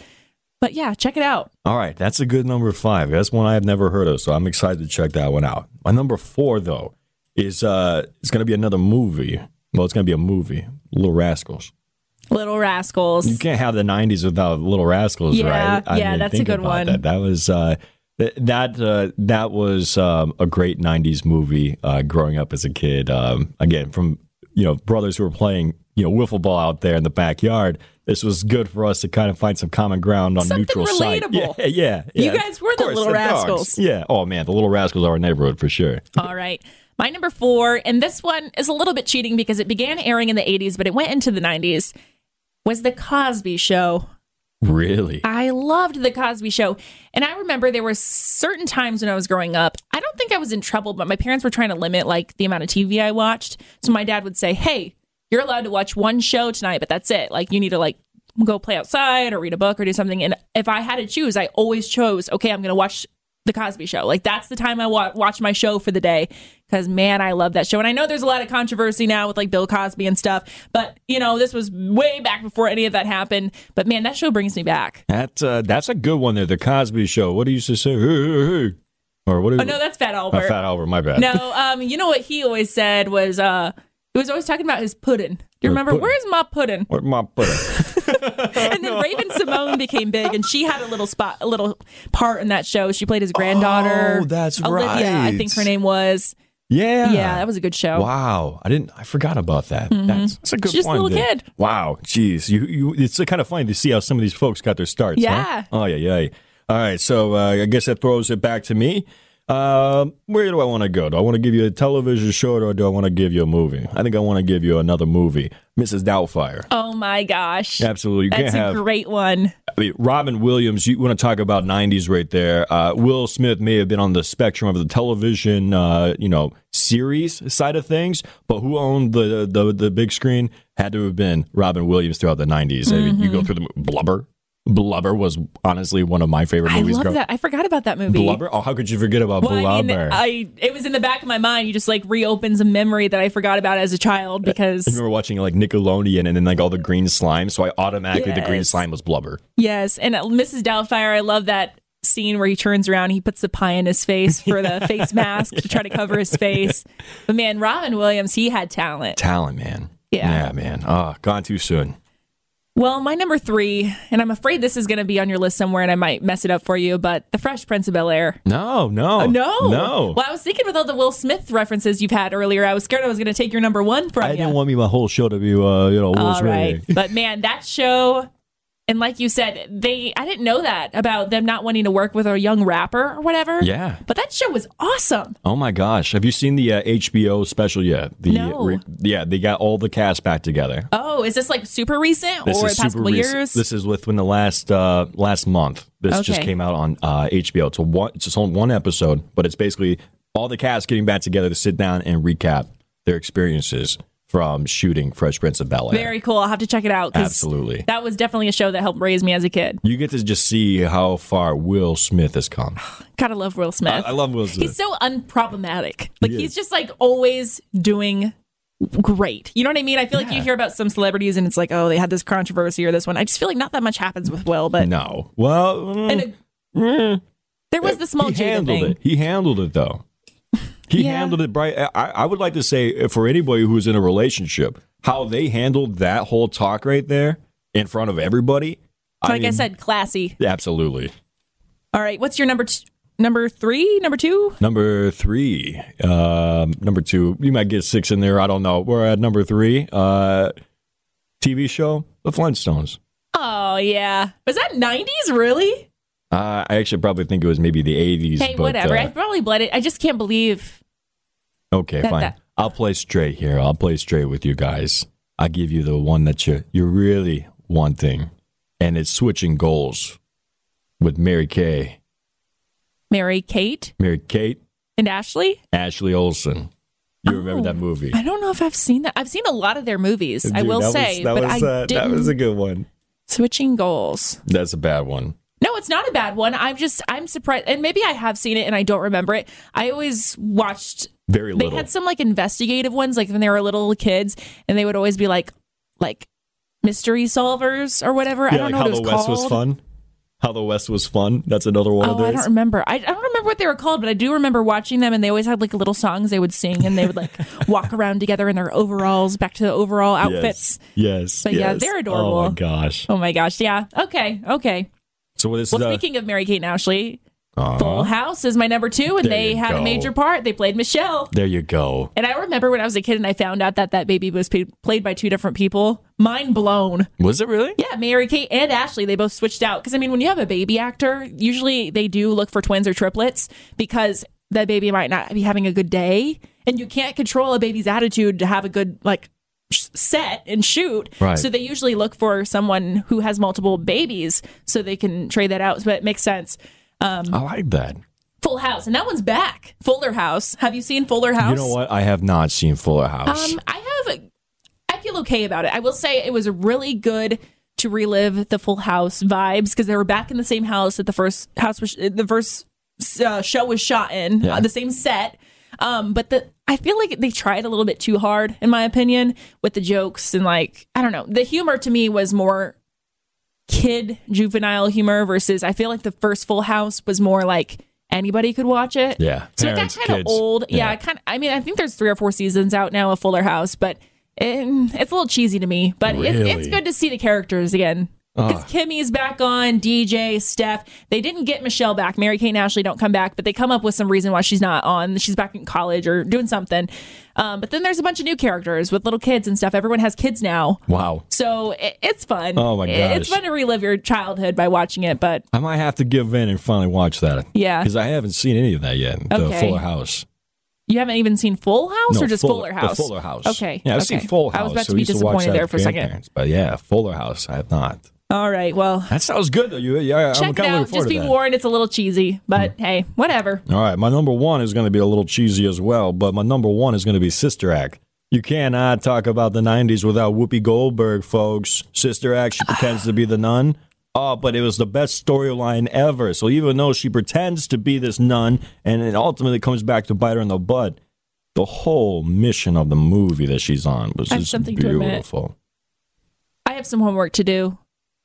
Speaker 1: But yeah, check it out.
Speaker 2: All right, that's a good number five. That's one I have never heard of, so I'm excited to check that one out. My number four, though, is uh, it's going to be another movie. Well, it's going to be a movie, Little Rascals.
Speaker 1: Little Rascals.
Speaker 2: You can't have the '90s without Little Rascals,
Speaker 1: Yeah,
Speaker 2: right?
Speaker 1: yeah, that's a
Speaker 2: think
Speaker 1: good
Speaker 2: about
Speaker 1: one.
Speaker 2: That, that was uh, th- that uh, that was um, a great '90s movie. Uh, growing up as a kid, um, again from you know brothers who were playing you know wiffle ball out there in the backyard. This was good for us to kind of find some common ground on
Speaker 1: Something
Speaker 2: neutral site.
Speaker 1: relatable.
Speaker 2: Yeah, yeah, yeah.
Speaker 1: You guys were
Speaker 2: Of
Speaker 1: the
Speaker 2: course,
Speaker 1: Little
Speaker 2: dogs.
Speaker 1: Rascals.
Speaker 2: Yeah. Oh man, the Little Rascals are our neighborhood for sure.
Speaker 1: All right. My number four, and this one is a little bit cheating because it began airing in the 80s, but it went into the 90s, was The Cosby Show.
Speaker 2: Really?
Speaker 1: I loved The Cosby Show. And I remember there were certain times when I was growing up, I don't think I was in trouble, but my parents were trying to limit like the amount of TV I watched. So my dad would say, Hey, you're allowed to watch one show tonight, but that's it. Like you need to like go play outside or read a book or do something. And if I had to choose, I always chose, okay, I'm going to watch The Cosby Show. Like that's the time I wa- watch my show for the day. Cause man, I love that show. And I know there's a lot of controversy now with like Bill Cosby and stuff, but you know, this was way back before any of that happened. But man, that show brings me back.
Speaker 2: That uh, that's a good one there. The Cosby Show. What do you used to say? Hey, hey, hey. Or what? Do
Speaker 1: Oh no, that's Fat Albert.
Speaker 2: Uh, Fat Albert. My bad.
Speaker 1: no, um, you know what he always said was uh, he was always talking about his pudding. Do you remember?
Speaker 2: pudding.
Speaker 1: Where's my pudding?
Speaker 2: Where'd my pudding?
Speaker 1: And then Raven Simone became big, and she had a little spot, a little part in that show. She played his granddaughter.
Speaker 2: Oh, that's
Speaker 1: Olivia, I
Speaker 2: right.
Speaker 1: think her name was.
Speaker 2: Yeah.
Speaker 1: Yeah, that was a good show. Mm-hmm.
Speaker 2: Wow, I didn't. I forgot about that. That's, that's a good
Speaker 1: Just a
Speaker 2: point.
Speaker 1: little
Speaker 2: there.
Speaker 1: kid.
Speaker 2: Wow, jeez, you, you. It's kind of funny to see how some of these folks got their starts. huh?
Speaker 1: Yeah.
Speaker 2: Oh yeah, yeah. All right, so uh, I guess that throws it back to me. Um, where do I want to go? Do I want to give you a television show or do I want to give you a movie? I think I want to give you another movie, Mrs. Doubtfire.
Speaker 1: Oh my gosh.
Speaker 2: Absolutely, you
Speaker 1: That's
Speaker 2: can't
Speaker 1: a
Speaker 2: have.
Speaker 1: great one.
Speaker 2: I mean, Robin Williams. You want to talk about '90s right there? Uh, Will Smith may have been on the spectrum of the television, uh, you know, series side of things, but who owned the the the big screen had to have been Robin Williams throughout the '90s. I mean, you
Speaker 1: Mm-hmm.
Speaker 2: go through the Blubber. Blubber was honestly one of my favorite
Speaker 1: I
Speaker 2: movies.
Speaker 1: love
Speaker 2: growing-
Speaker 1: that. I forgot about that movie.
Speaker 2: Blubber. Oh, how could you forget about
Speaker 1: Well, I, mean, uh,
Speaker 2: Blubber?
Speaker 1: I it was in the back of my mind. You just like reopens a memory that I forgot about as a child
Speaker 2: I
Speaker 1: because
Speaker 2: remember watching like Nickelodeon and then like all the green slime. So I automatically the green
Speaker 1: Yes.
Speaker 2: slime was blubber.
Speaker 1: yes, and uh, Mrs. Doubtfire. I love that scene where he turns around, he puts the pie in his face for the face mask to try to cover his face. But man, Robin Williams, he had talent.
Speaker 2: Talent, man.
Speaker 1: Yeah.
Speaker 2: Yeah, man. Ah, gone too soon.
Speaker 1: Well, my number three, and I'm afraid this is going to be on your list somewhere, and I might mess it up for you. But The Fresh Prince of Bel Air.
Speaker 2: No, no,
Speaker 1: Uh, No,
Speaker 2: Oh, no.
Speaker 1: Well, I was thinking with all the Will Smith references you've had earlier, I was scared I was going to take your number one from
Speaker 2: I
Speaker 1: you.
Speaker 2: didn't want me my whole show to be, uh, you know, Will's
Speaker 1: All right.
Speaker 2: radio.
Speaker 1: but man, that show, and like you said, they I didn't know that about them not wanting to work with a young rapper or whatever.
Speaker 2: Yeah.
Speaker 1: But that show was awesome.
Speaker 2: Oh my gosh, have you seen the uh, HBO special yet? The,
Speaker 1: No.
Speaker 2: yeah, they got all the cast back together.
Speaker 1: Oh, is this like super recent
Speaker 2: This
Speaker 1: or
Speaker 2: is
Speaker 1: the past
Speaker 2: super
Speaker 1: couple
Speaker 2: recent.
Speaker 1: years?
Speaker 2: This is within the last uh, last month. This just
Speaker 1: Okay.
Speaker 2: came out on uh, HBO. It's a one, it's just on one episode, but it's basically all the cast getting back together to sit down and recap their experiences from shooting Fresh Prince of Bel Air.
Speaker 1: Very cool. I'll have to check it out. 'cause
Speaker 2: Absolutely.
Speaker 1: That was definitely a show that helped raise me as a kid.
Speaker 2: You get to just see how far Will Smith has come.
Speaker 1: Gotta love Will Smith.
Speaker 2: I love Will Smith.
Speaker 1: He's so unproblematic. Like
Speaker 2: He
Speaker 1: he's
Speaker 2: is.
Speaker 1: just like always doing great. You know what I mean? I feel like you hear about some celebrities and it's like, oh, they had this controversy or this one. I just feel like not that much happens with Will, but
Speaker 2: no, well, mm,
Speaker 1: and a- there was the small
Speaker 2: he
Speaker 1: Jada
Speaker 2: handled
Speaker 1: thing.
Speaker 2: it. He handled it though. He
Speaker 1: Yeah.
Speaker 2: handled it bright. I, I would like to say uh, for anybody who's in a relationship, how they handled that whole talk right there in front of everybody.
Speaker 1: Like I,
Speaker 2: mean,
Speaker 1: said, classy.
Speaker 2: absolutely.
Speaker 1: All right, what's your number? T- number three? Number two?
Speaker 2: Number three, um, number two, you might get six in there. I don't know. We're at number three. Uh, TV show, The Flintstones.
Speaker 1: Oh yeah, was that nineties? Really?
Speaker 2: Uh, I actually probably think it was maybe the eighties.
Speaker 1: Hey,
Speaker 2: but,
Speaker 1: whatever. I
Speaker 2: uh,
Speaker 1: probably bled it. I just can't believe.
Speaker 2: Okay,
Speaker 1: That-
Speaker 2: fine.
Speaker 1: that-
Speaker 2: I'll play straight here. I'll play straight with you guys. I give you the one that you you're really wanting, and it's switching goals with Mary Kay,
Speaker 1: Mary Kate
Speaker 2: Mary Kate,
Speaker 1: and Ashley.
Speaker 2: Ashley Olsen. You remember that movie?
Speaker 1: Oh. I don't know if I've seen that. I've seen a lot of their movies. I
Speaker 2: Dude,
Speaker 1: will
Speaker 2: that was-
Speaker 1: say,
Speaker 2: that
Speaker 1: but
Speaker 2: was,
Speaker 1: I
Speaker 2: uh,
Speaker 1: didn't
Speaker 2: that was a good one.
Speaker 1: switching goals.
Speaker 2: That's a bad one.
Speaker 1: No, it's not a bad one. I'm just I'm surprised, and maybe I have seen it and I don't remember it. I always watched.
Speaker 2: Very
Speaker 1: They
Speaker 2: little.
Speaker 1: had some like investigative ones, like when they were little kids, and they would always be like, like mystery solvers or whatever. I
Speaker 2: yeah,
Speaker 1: don't
Speaker 2: like
Speaker 1: know
Speaker 2: How
Speaker 1: what it
Speaker 2: the
Speaker 1: was
Speaker 2: West
Speaker 1: called.
Speaker 2: was fun. How the West was fun. That's another one of
Speaker 1: Oh, I
Speaker 2: those.
Speaker 1: don't remember. I, I don't remember what they were called, but I do remember watching them, and they always had like little songs they would sing, and they would like walk around together in their overalls, back to the overall outfits.
Speaker 2: Yes.
Speaker 1: But yeah,
Speaker 2: yes.
Speaker 1: they're
Speaker 2: Oh
Speaker 1: adorable.
Speaker 2: my gosh.
Speaker 1: Oh my gosh, yeah. Okay, okay.
Speaker 2: So what is
Speaker 1: Well,
Speaker 2: the
Speaker 1: speaking of Mary Kate and Ashley, Full House is my number two, and
Speaker 2: There
Speaker 1: they
Speaker 2: you
Speaker 1: had
Speaker 2: go.
Speaker 1: a major part. They played Michelle.
Speaker 2: There you go.
Speaker 1: And I remember when I was a kid and I found out that that baby was p- played by two different people. Mind blown.
Speaker 2: Was it really?
Speaker 1: Yeah, Mary Kate and Ashley, they both switched out. Because, I mean, when you have a baby actor, usually they do look for twins or triplets because that baby might not be having a good day. And you can't control a baby's attitude to have a good, like, sh- set and shoot.
Speaker 2: Right.
Speaker 1: So they usually look for someone who has multiple babies so they can trade that out. But it makes sense.
Speaker 2: I like that.
Speaker 1: Full House, and that one's back. Fuller House. Have you seen Fuller House?
Speaker 2: You know what? I have not seen Fuller House.
Speaker 1: Um, I have. I feel okay about it. I will say it was really good to relive the Full House vibes because they were back in the same house that the first house was the first uh, show was shot in, uh, the same set. Um, but the I feel like they tried a little bit too hard, in my opinion, with the jokes and like I don't know. The humor to me was more kid juvenile humor versus I feel like the first Full House was more like anybody could watch it.
Speaker 2: Yeah,
Speaker 1: So
Speaker 2: parents,
Speaker 1: it got kind of
Speaker 2: kids.
Speaker 1: old. Yeah,
Speaker 2: Yeah.
Speaker 1: it kind of. I mean, I think there's three or four seasons out now of Fuller House, but it, it's a little cheesy to me. But it, it's
Speaker 2: Really? Uh.
Speaker 1: good to see the characters again. Because Kimmy's back on, DJ, Steph. They didn't get Michelle back. Mary Kate and Ashley don't come back, but they come up with some reason why she's not on. She's back in college or doing something. Um, but then there's a bunch of new characters with little kids and stuff. Everyone has kids now.
Speaker 2: Wow.
Speaker 1: So it, it's fun.
Speaker 2: Oh my
Speaker 1: It- It's
Speaker 2: gosh.
Speaker 1: fun to relive your childhood by watching it, but
Speaker 2: I might have to give in and finally watch that.
Speaker 1: Yeah.
Speaker 2: Because I haven't seen any of that yet. The
Speaker 1: Okay.
Speaker 2: Fuller House.
Speaker 1: you haven't even seen Full House
Speaker 2: No,
Speaker 1: or just Fuller,
Speaker 2: the
Speaker 1: House?
Speaker 2: Fuller House.
Speaker 1: Okay.
Speaker 2: Yeah, I've
Speaker 1: okay.
Speaker 2: seen Fuller House.
Speaker 1: I was about
Speaker 2: so
Speaker 1: to be
Speaker 2: we used to watch
Speaker 1: disappointed
Speaker 2: that
Speaker 1: there
Speaker 2: with
Speaker 1: for a second.
Speaker 2: grandparents, But yeah, Fuller House. I have not.
Speaker 1: All right. Well,
Speaker 2: That sounds good though. You, yeah, I'm
Speaker 1: check it
Speaker 2: Um, kinda looking
Speaker 1: out.
Speaker 2: forward
Speaker 1: Just
Speaker 2: to
Speaker 1: be
Speaker 2: that. Hmm.
Speaker 1: warned, it's a little cheesy, but hey, whatever.
Speaker 2: All right, my number one is going to be a little cheesy as well, but my number one is going to be Sister Act. You cannot talk about the '90s without Whoopi Goldberg, folks. Sister Act, she pretends to be the nun. Oh, but it was the best storyline ever. So even though she pretends to be this nun, and it ultimately comes back to bite her in the butt, the whole mission of the movie that she's on was
Speaker 1: I have
Speaker 2: just
Speaker 1: something to admit.
Speaker 2: beautiful.
Speaker 1: I have some homework to do.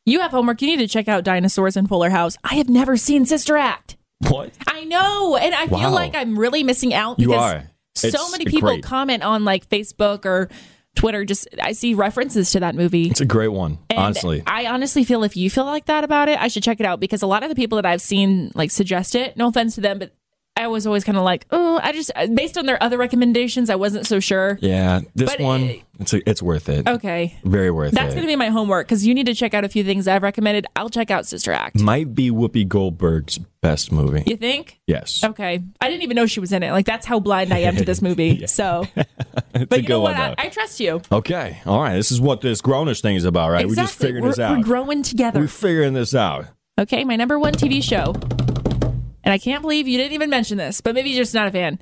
Speaker 1: You have homework. You need to check out Dinosaurs and Fuller House. I have never seen Sister Act.
Speaker 2: What?
Speaker 1: I know, and I feel
Speaker 2: Wow.
Speaker 1: like I'm really missing out
Speaker 2: You
Speaker 1: because
Speaker 2: are.
Speaker 1: so
Speaker 2: It's
Speaker 1: many people
Speaker 2: great.
Speaker 1: comment on like Facebook or Twitter. Just I see references to that movie.
Speaker 2: It's a great one,
Speaker 1: And
Speaker 2: honestly.
Speaker 1: I honestly feel if you feel like that about it, I should check it out because a lot of the people that I've seen like suggest it. No offense to them, but I was always kind of like, oh, I just based on their other recommendations, I wasn't so sure.
Speaker 2: Yeah, this
Speaker 1: But,
Speaker 2: one,
Speaker 1: uh,
Speaker 2: it's a, it's worth it.
Speaker 1: Okay,
Speaker 2: Very worth it.
Speaker 1: that's going to be my homework because you need to check out a few things I've recommended. I'll check out Sister Act.
Speaker 2: might be Whoopi Goldberg's best movie.
Speaker 1: You think?
Speaker 2: Yes.
Speaker 1: Okay, I didn't even know she was in it. Like that's how blind I am to this movie. So, but you know what? I, I trust you.
Speaker 2: okay. All right. This is what this grownish thing is about, right?
Speaker 1: exactly.
Speaker 2: We're just figuring
Speaker 1: we're,
Speaker 2: this out.
Speaker 1: we're growing together.
Speaker 2: We're figuring this out.
Speaker 1: Okay, my number one TV show. And I can't believe you didn't even mention this, but maybe you're just not a fan.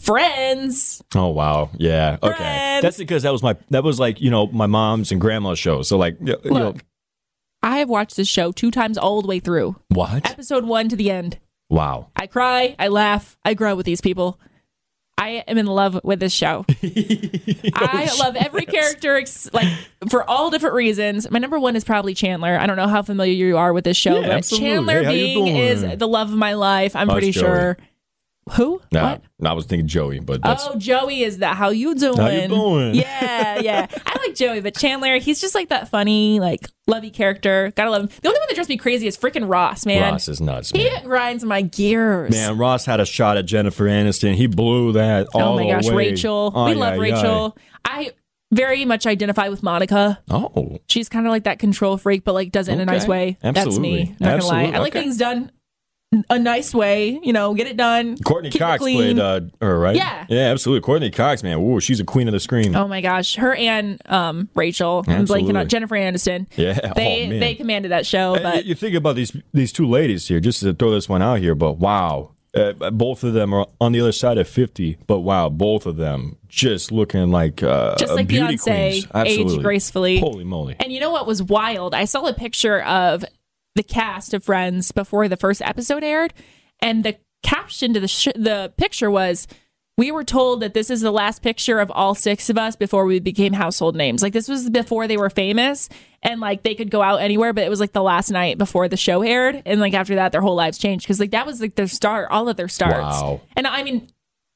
Speaker 1: Friends.
Speaker 2: Oh wow. Yeah. Okay.
Speaker 1: Friends.
Speaker 2: That's because that was my that was like, you know, my mom's and grandma's show. So like you you know,
Speaker 1: Look. I have watched this show two times all the way through,
Speaker 2: what?
Speaker 1: episode one to the end.
Speaker 2: Wow.
Speaker 1: I cry, I laugh, I grow with these people. I am in love with this show.
Speaker 2: Oh,
Speaker 1: I love every character, ex- like for all different reasons. My number one is probably Chandler. I don't know how familiar you are with this show,
Speaker 2: Yeah,
Speaker 1: but
Speaker 2: absolutely.
Speaker 1: Chandler
Speaker 2: Hey, how you
Speaker 1: Bing is
Speaker 2: doing?
Speaker 1: the love of my life. I'm
Speaker 2: Oh, it's
Speaker 1: pretty
Speaker 2: Joey.
Speaker 1: sure. Who?
Speaker 2: Nah,
Speaker 1: What?
Speaker 2: I was thinking Joey, but that's
Speaker 1: oh, Joey is that. How you doing?
Speaker 2: How you doing?
Speaker 1: Yeah, yeah. I like Joey, but Chandler, he's just like that funny, like lovey character. Gotta love him. The only one that drives me crazy is freaking Ross, man.
Speaker 2: Ross is nuts.
Speaker 1: He
Speaker 2: Man.
Speaker 1: grinds my gears.
Speaker 2: Man, Ross had a shot at Jennifer Aniston. He blew that all Oh,
Speaker 1: oh my
Speaker 2: the
Speaker 1: gosh,
Speaker 2: way.
Speaker 1: Rachel.
Speaker 2: Ay,
Speaker 1: we love
Speaker 2: ay,
Speaker 1: Rachel. I very much identify with Monica.
Speaker 2: ay. Oh,
Speaker 1: She's kind of like that control freak, but like does it in a
Speaker 2: Okay.
Speaker 1: nice way. That's me.
Speaker 2: Absolutely.
Speaker 1: Not gonna
Speaker 2: Absolutely.
Speaker 1: lie. I like
Speaker 2: Okay.
Speaker 1: things done a nice way. You know, get it done.
Speaker 2: Courtney
Speaker 1: keep it
Speaker 2: Cox
Speaker 1: clean.
Speaker 2: played uh, her, right?
Speaker 1: Yeah.
Speaker 2: Yeah, absolutely. Courtney Cox, man. Ooh, she's a queen of the screen.
Speaker 1: Oh my gosh, her and um, Rachel. I'm
Speaker 2: Absolutely.
Speaker 1: blanking on Jennifer Aniston.
Speaker 2: Yeah.
Speaker 1: they
Speaker 2: Oh, man.
Speaker 1: they commanded that show.
Speaker 2: And
Speaker 1: But
Speaker 2: you think about these these two ladies here, just to throw this one out here, but wow. Uh, both of them are on the other side of 50, but wow, both of them just looking like uh,
Speaker 1: just like
Speaker 2: beauty
Speaker 1: Beyonce,
Speaker 2: queens. Absolutely.
Speaker 1: aged gracefully.
Speaker 2: Holy moly.
Speaker 1: And you know what was wild? I saw a picture of the cast of Friends before the first episode aired, and the caption to the sh- the picture was. We were told that this is the last picture of all six of us before we became household names. Like this was before they were famous and like they could go out anywhere, but it was like the last night before the show aired and like after that their whole lives changed cuz like that was like their start, all of their starts.
Speaker 2: Wow.
Speaker 1: And I mean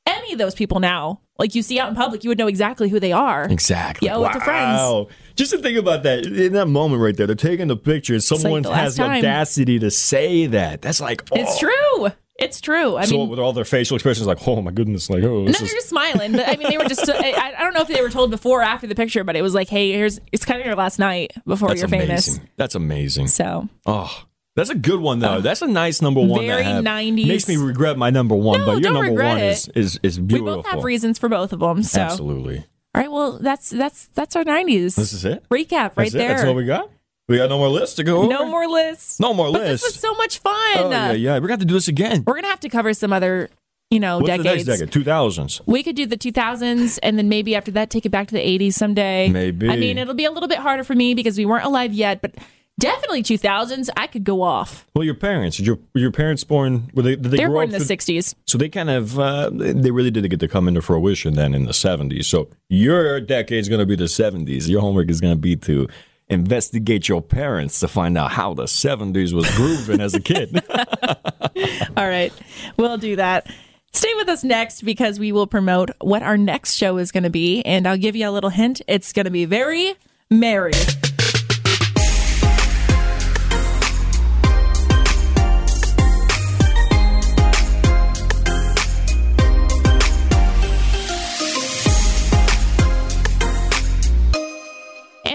Speaker 1: any of those people now, like you see out in public, you would know exactly who they are.
Speaker 2: Exactly.
Speaker 1: You owe it to friends.
Speaker 2: Wow. Just to think about that in that moment right there, they're taking the picture. and
Speaker 1: like
Speaker 2: Someone
Speaker 1: the
Speaker 2: has
Speaker 1: last
Speaker 2: the
Speaker 1: time.
Speaker 2: audacity to say that. That's like oh.
Speaker 1: It's true. It's true. I
Speaker 2: So
Speaker 1: mean,
Speaker 2: with all their facial expressions, like oh my goodness, like oh,
Speaker 1: no,
Speaker 2: this
Speaker 1: they're
Speaker 2: is
Speaker 1: just smiling. But I mean, they were just, I, I don't know if they were told before or after the picture, but it was like, hey, here's, it's kind of your last night before
Speaker 2: that's
Speaker 1: you're
Speaker 2: amazing.
Speaker 1: famous.
Speaker 2: That's amazing.
Speaker 1: So,
Speaker 2: Oh, that's a good one though. that's a nice number one. to
Speaker 1: Oh. very
Speaker 2: have.
Speaker 1: 90s.
Speaker 2: Makes me regret my number one,
Speaker 1: No,
Speaker 2: but your
Speaker 1: don't
Speaker 2: number
Speaker 1: regret
Speaker 2: one
Speaker 1: it.
Speaker 2: is is is beautiful.
Speaker 1: we both have reasons for both of them. So,
Speaker 2: Absolutely.
Speaker 1: all right. Well, that's, that's, that's our 90s.
Speaker 2: This is it.
Speaker 1: Recap right
Speaker 2: that's It. That's
Speaker 1: there.
Speaker 2: what we got. We got no more lists to go.
Speaker 1: no
Speaker 2: over.
Speaker 1: more lists.
Speaker 2: No more
Speaker 1: but
Speaker 2: lists.
Speaker 1: This was so much fun.
Speaker 2: oh yeah, yeah. We're gonna have to do this again.
Speaker 1: We're going to have to cover some other, you know,
Speaker 2: What's the
Speaker 1: decades.
Speaker 2: next decade? Two thousands.
Speaker 1: We could do the 2000s and then maybe after that take it back to the 80s someday.
Speaker 2: Maybe.
Speaker 1: I mean, it'll be a little bit harder for me because we weren't alive yet, but definitely 2000s, I could go off.
Speaker 2: Well, your parents. Did your were your parents born? Were they? Did they
Speaker 1: They are
Speaker 2: grow
Speaker 1: born
Speaker 2: up
Speaker 1: in the
Speaker 2: through-
Speaker 1: 60s.
Speaker 2: So they kind of uh, they really didn't get to come into fruition then in the seventies. So your decade's going to be the seventies. Your homework is going to be to investigate your parents to find out how the seventies was grooving as a kid.
Speaker 1: All right, we'll do that. Stay with us next because we will promote what our next show is going to be. And I'll give you a little hint it's going to be very merry.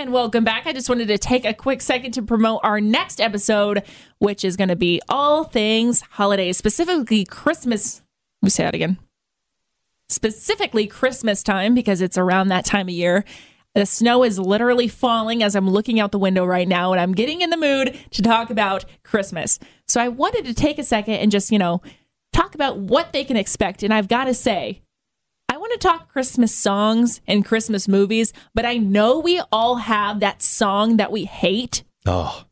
Speaker 1: welcome back. I just wanted to take a quick second to promote our next episode, which is going to be all things holidays, specifically Christmas. Let me say that again. Specifically Christmas time, because it's around that time of year. The snow is literally falling as I'm looking out the window right now, and I'm getting in the mood to talk about Christmas. So I wanted to take a second and just, you know, talk about what they can expect. And I've got to say, I want to talk Christmas songs and Christmas movies, but I know we all have that song that we hate.
Speaker 2: Oh,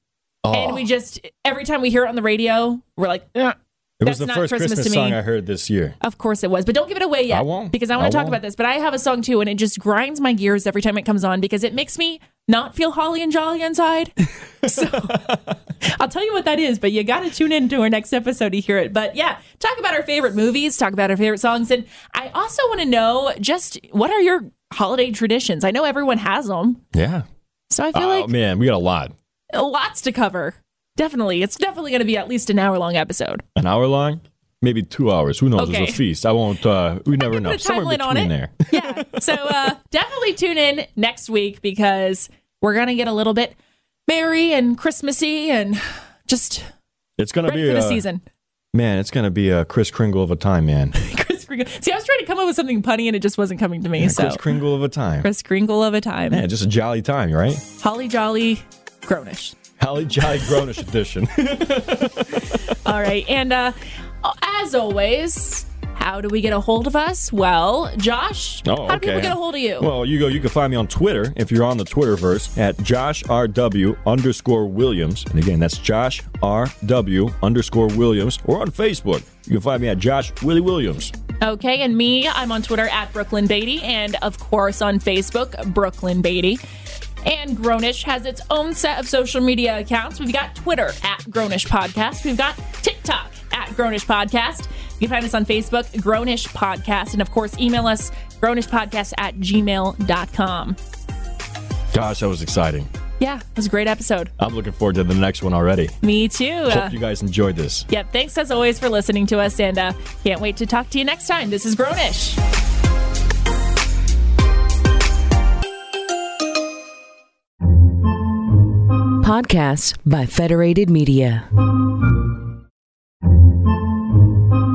Speaker 1: And we just, every time we hear it on the radio, we're like, "Eh,
Speaker 2: it
Speaker 1: That's
Speaker 2: was the
Speaker 1: not
Speaker 2: first
Speaker 1: Christmas
Speaker 2: Christmas,
Speaker 1: to me.
Speaker 2: song I heard this year.
Speaker 1: of course it was. But don't give it away yet.
Speaker 2: I won't.
Speaker 1: Because I want
Speaker 2: I
Speaker 1: to talk
Speaker 2: won't.
Speaker 1: about this. But I have a song too, and it just grinds my gears every time it comes on because it makes me not feel holly and jolly inside. so I'll tell you what that is, but you got to tune in to our next episode to hear it. But yeah, talk about our favorite movies, talk about our favorite songs. And I also want to know just what are your holiday traditions? I know everyone has them.
Speaker 2: Yeah.
Speaker 1: So I feel
Speaker 2: Oh
Speaker 1: like
Speaker 2: man, we got a lot.
Speaker 1: lots to cover. Definitely. It's definitely going to be at least an hour long episode.
Speaker 2: An hour long, maybe two hours. Who knows?
Speaker 1: Okay.
Speaker 2: It's a feast. I won't. uh We never
Speaker 1: can
Speaker 2: know.
Speaker 1: put a
Speaker 2: Somewhere
Speaker 1: timeline on
Speaker 2: between
Speaker 1: it.
Speaker 2: there.
Speaker 1: yeah. So uh, definitely tune in next week because we're going to get a little bit merry and Christmassy and just
Speaker 2: It's gonna
Speaker 1: ready
Speaker 2: be
Speaker 1: for the
Speaker 2: a
Speaker 1: season.
Speaker 2: man. It's gonna be a Chris Kringle of a time, man.
Speaker 1: Chris Kringle. See, I was trying to come up with something punny and it just wasn't coming to me. so
Speaker 2: Chris Kringle of a time.
Speaker 1: Chris Kringle of a time.
Speaker 2: Man, just a jolly time, right?
Speaker 1: Holly Jolly Grownish.
Speaker 2: Holly Jolly Grownish edition.
Speaker 1: All right. And uh, as always, how do we get a hold of us? Well, Josh,
Speaker 2: Oh,
Speaker 1: how do people
Speaker 2: okay.
Speaker 1: get a hold of you?
Speaker 2: Well, you go. You can find me on Twitter if you're on the Twitterverse at Josh RW underscore Williams, and again that's Josh RW underscore Williams, or on Facebook you can find me at Josh Willie Williams.
Speaker 1: Okay, and me, I'm on Twitter at Brooklyn Beatty, and of course on Facebook, Brooklyn Beatty. And Grownish has its own set of social media accounts. We've got Twitter at Grownish Podcast. We've got TikTok at Grownish Podcast. You can find us on Facebook, Grownish Podcast. And of course, email us, grownishpodcast at gmail.com.
Speaker 2: Gosh, that was exciting.
Speaker 1: Yeah, it was a great episode.
Speaker 2: I'm looking forward to the next one already.
Speaker 1: Me too. Uh,
Speaker 2: Hope you guys enjoyed this.
Speaker 1: yep, thanks as always for listening to us, and uh, can't wait to talk to you next time. This is Grownish.
Speaker 5: Podcasts by Federated Media.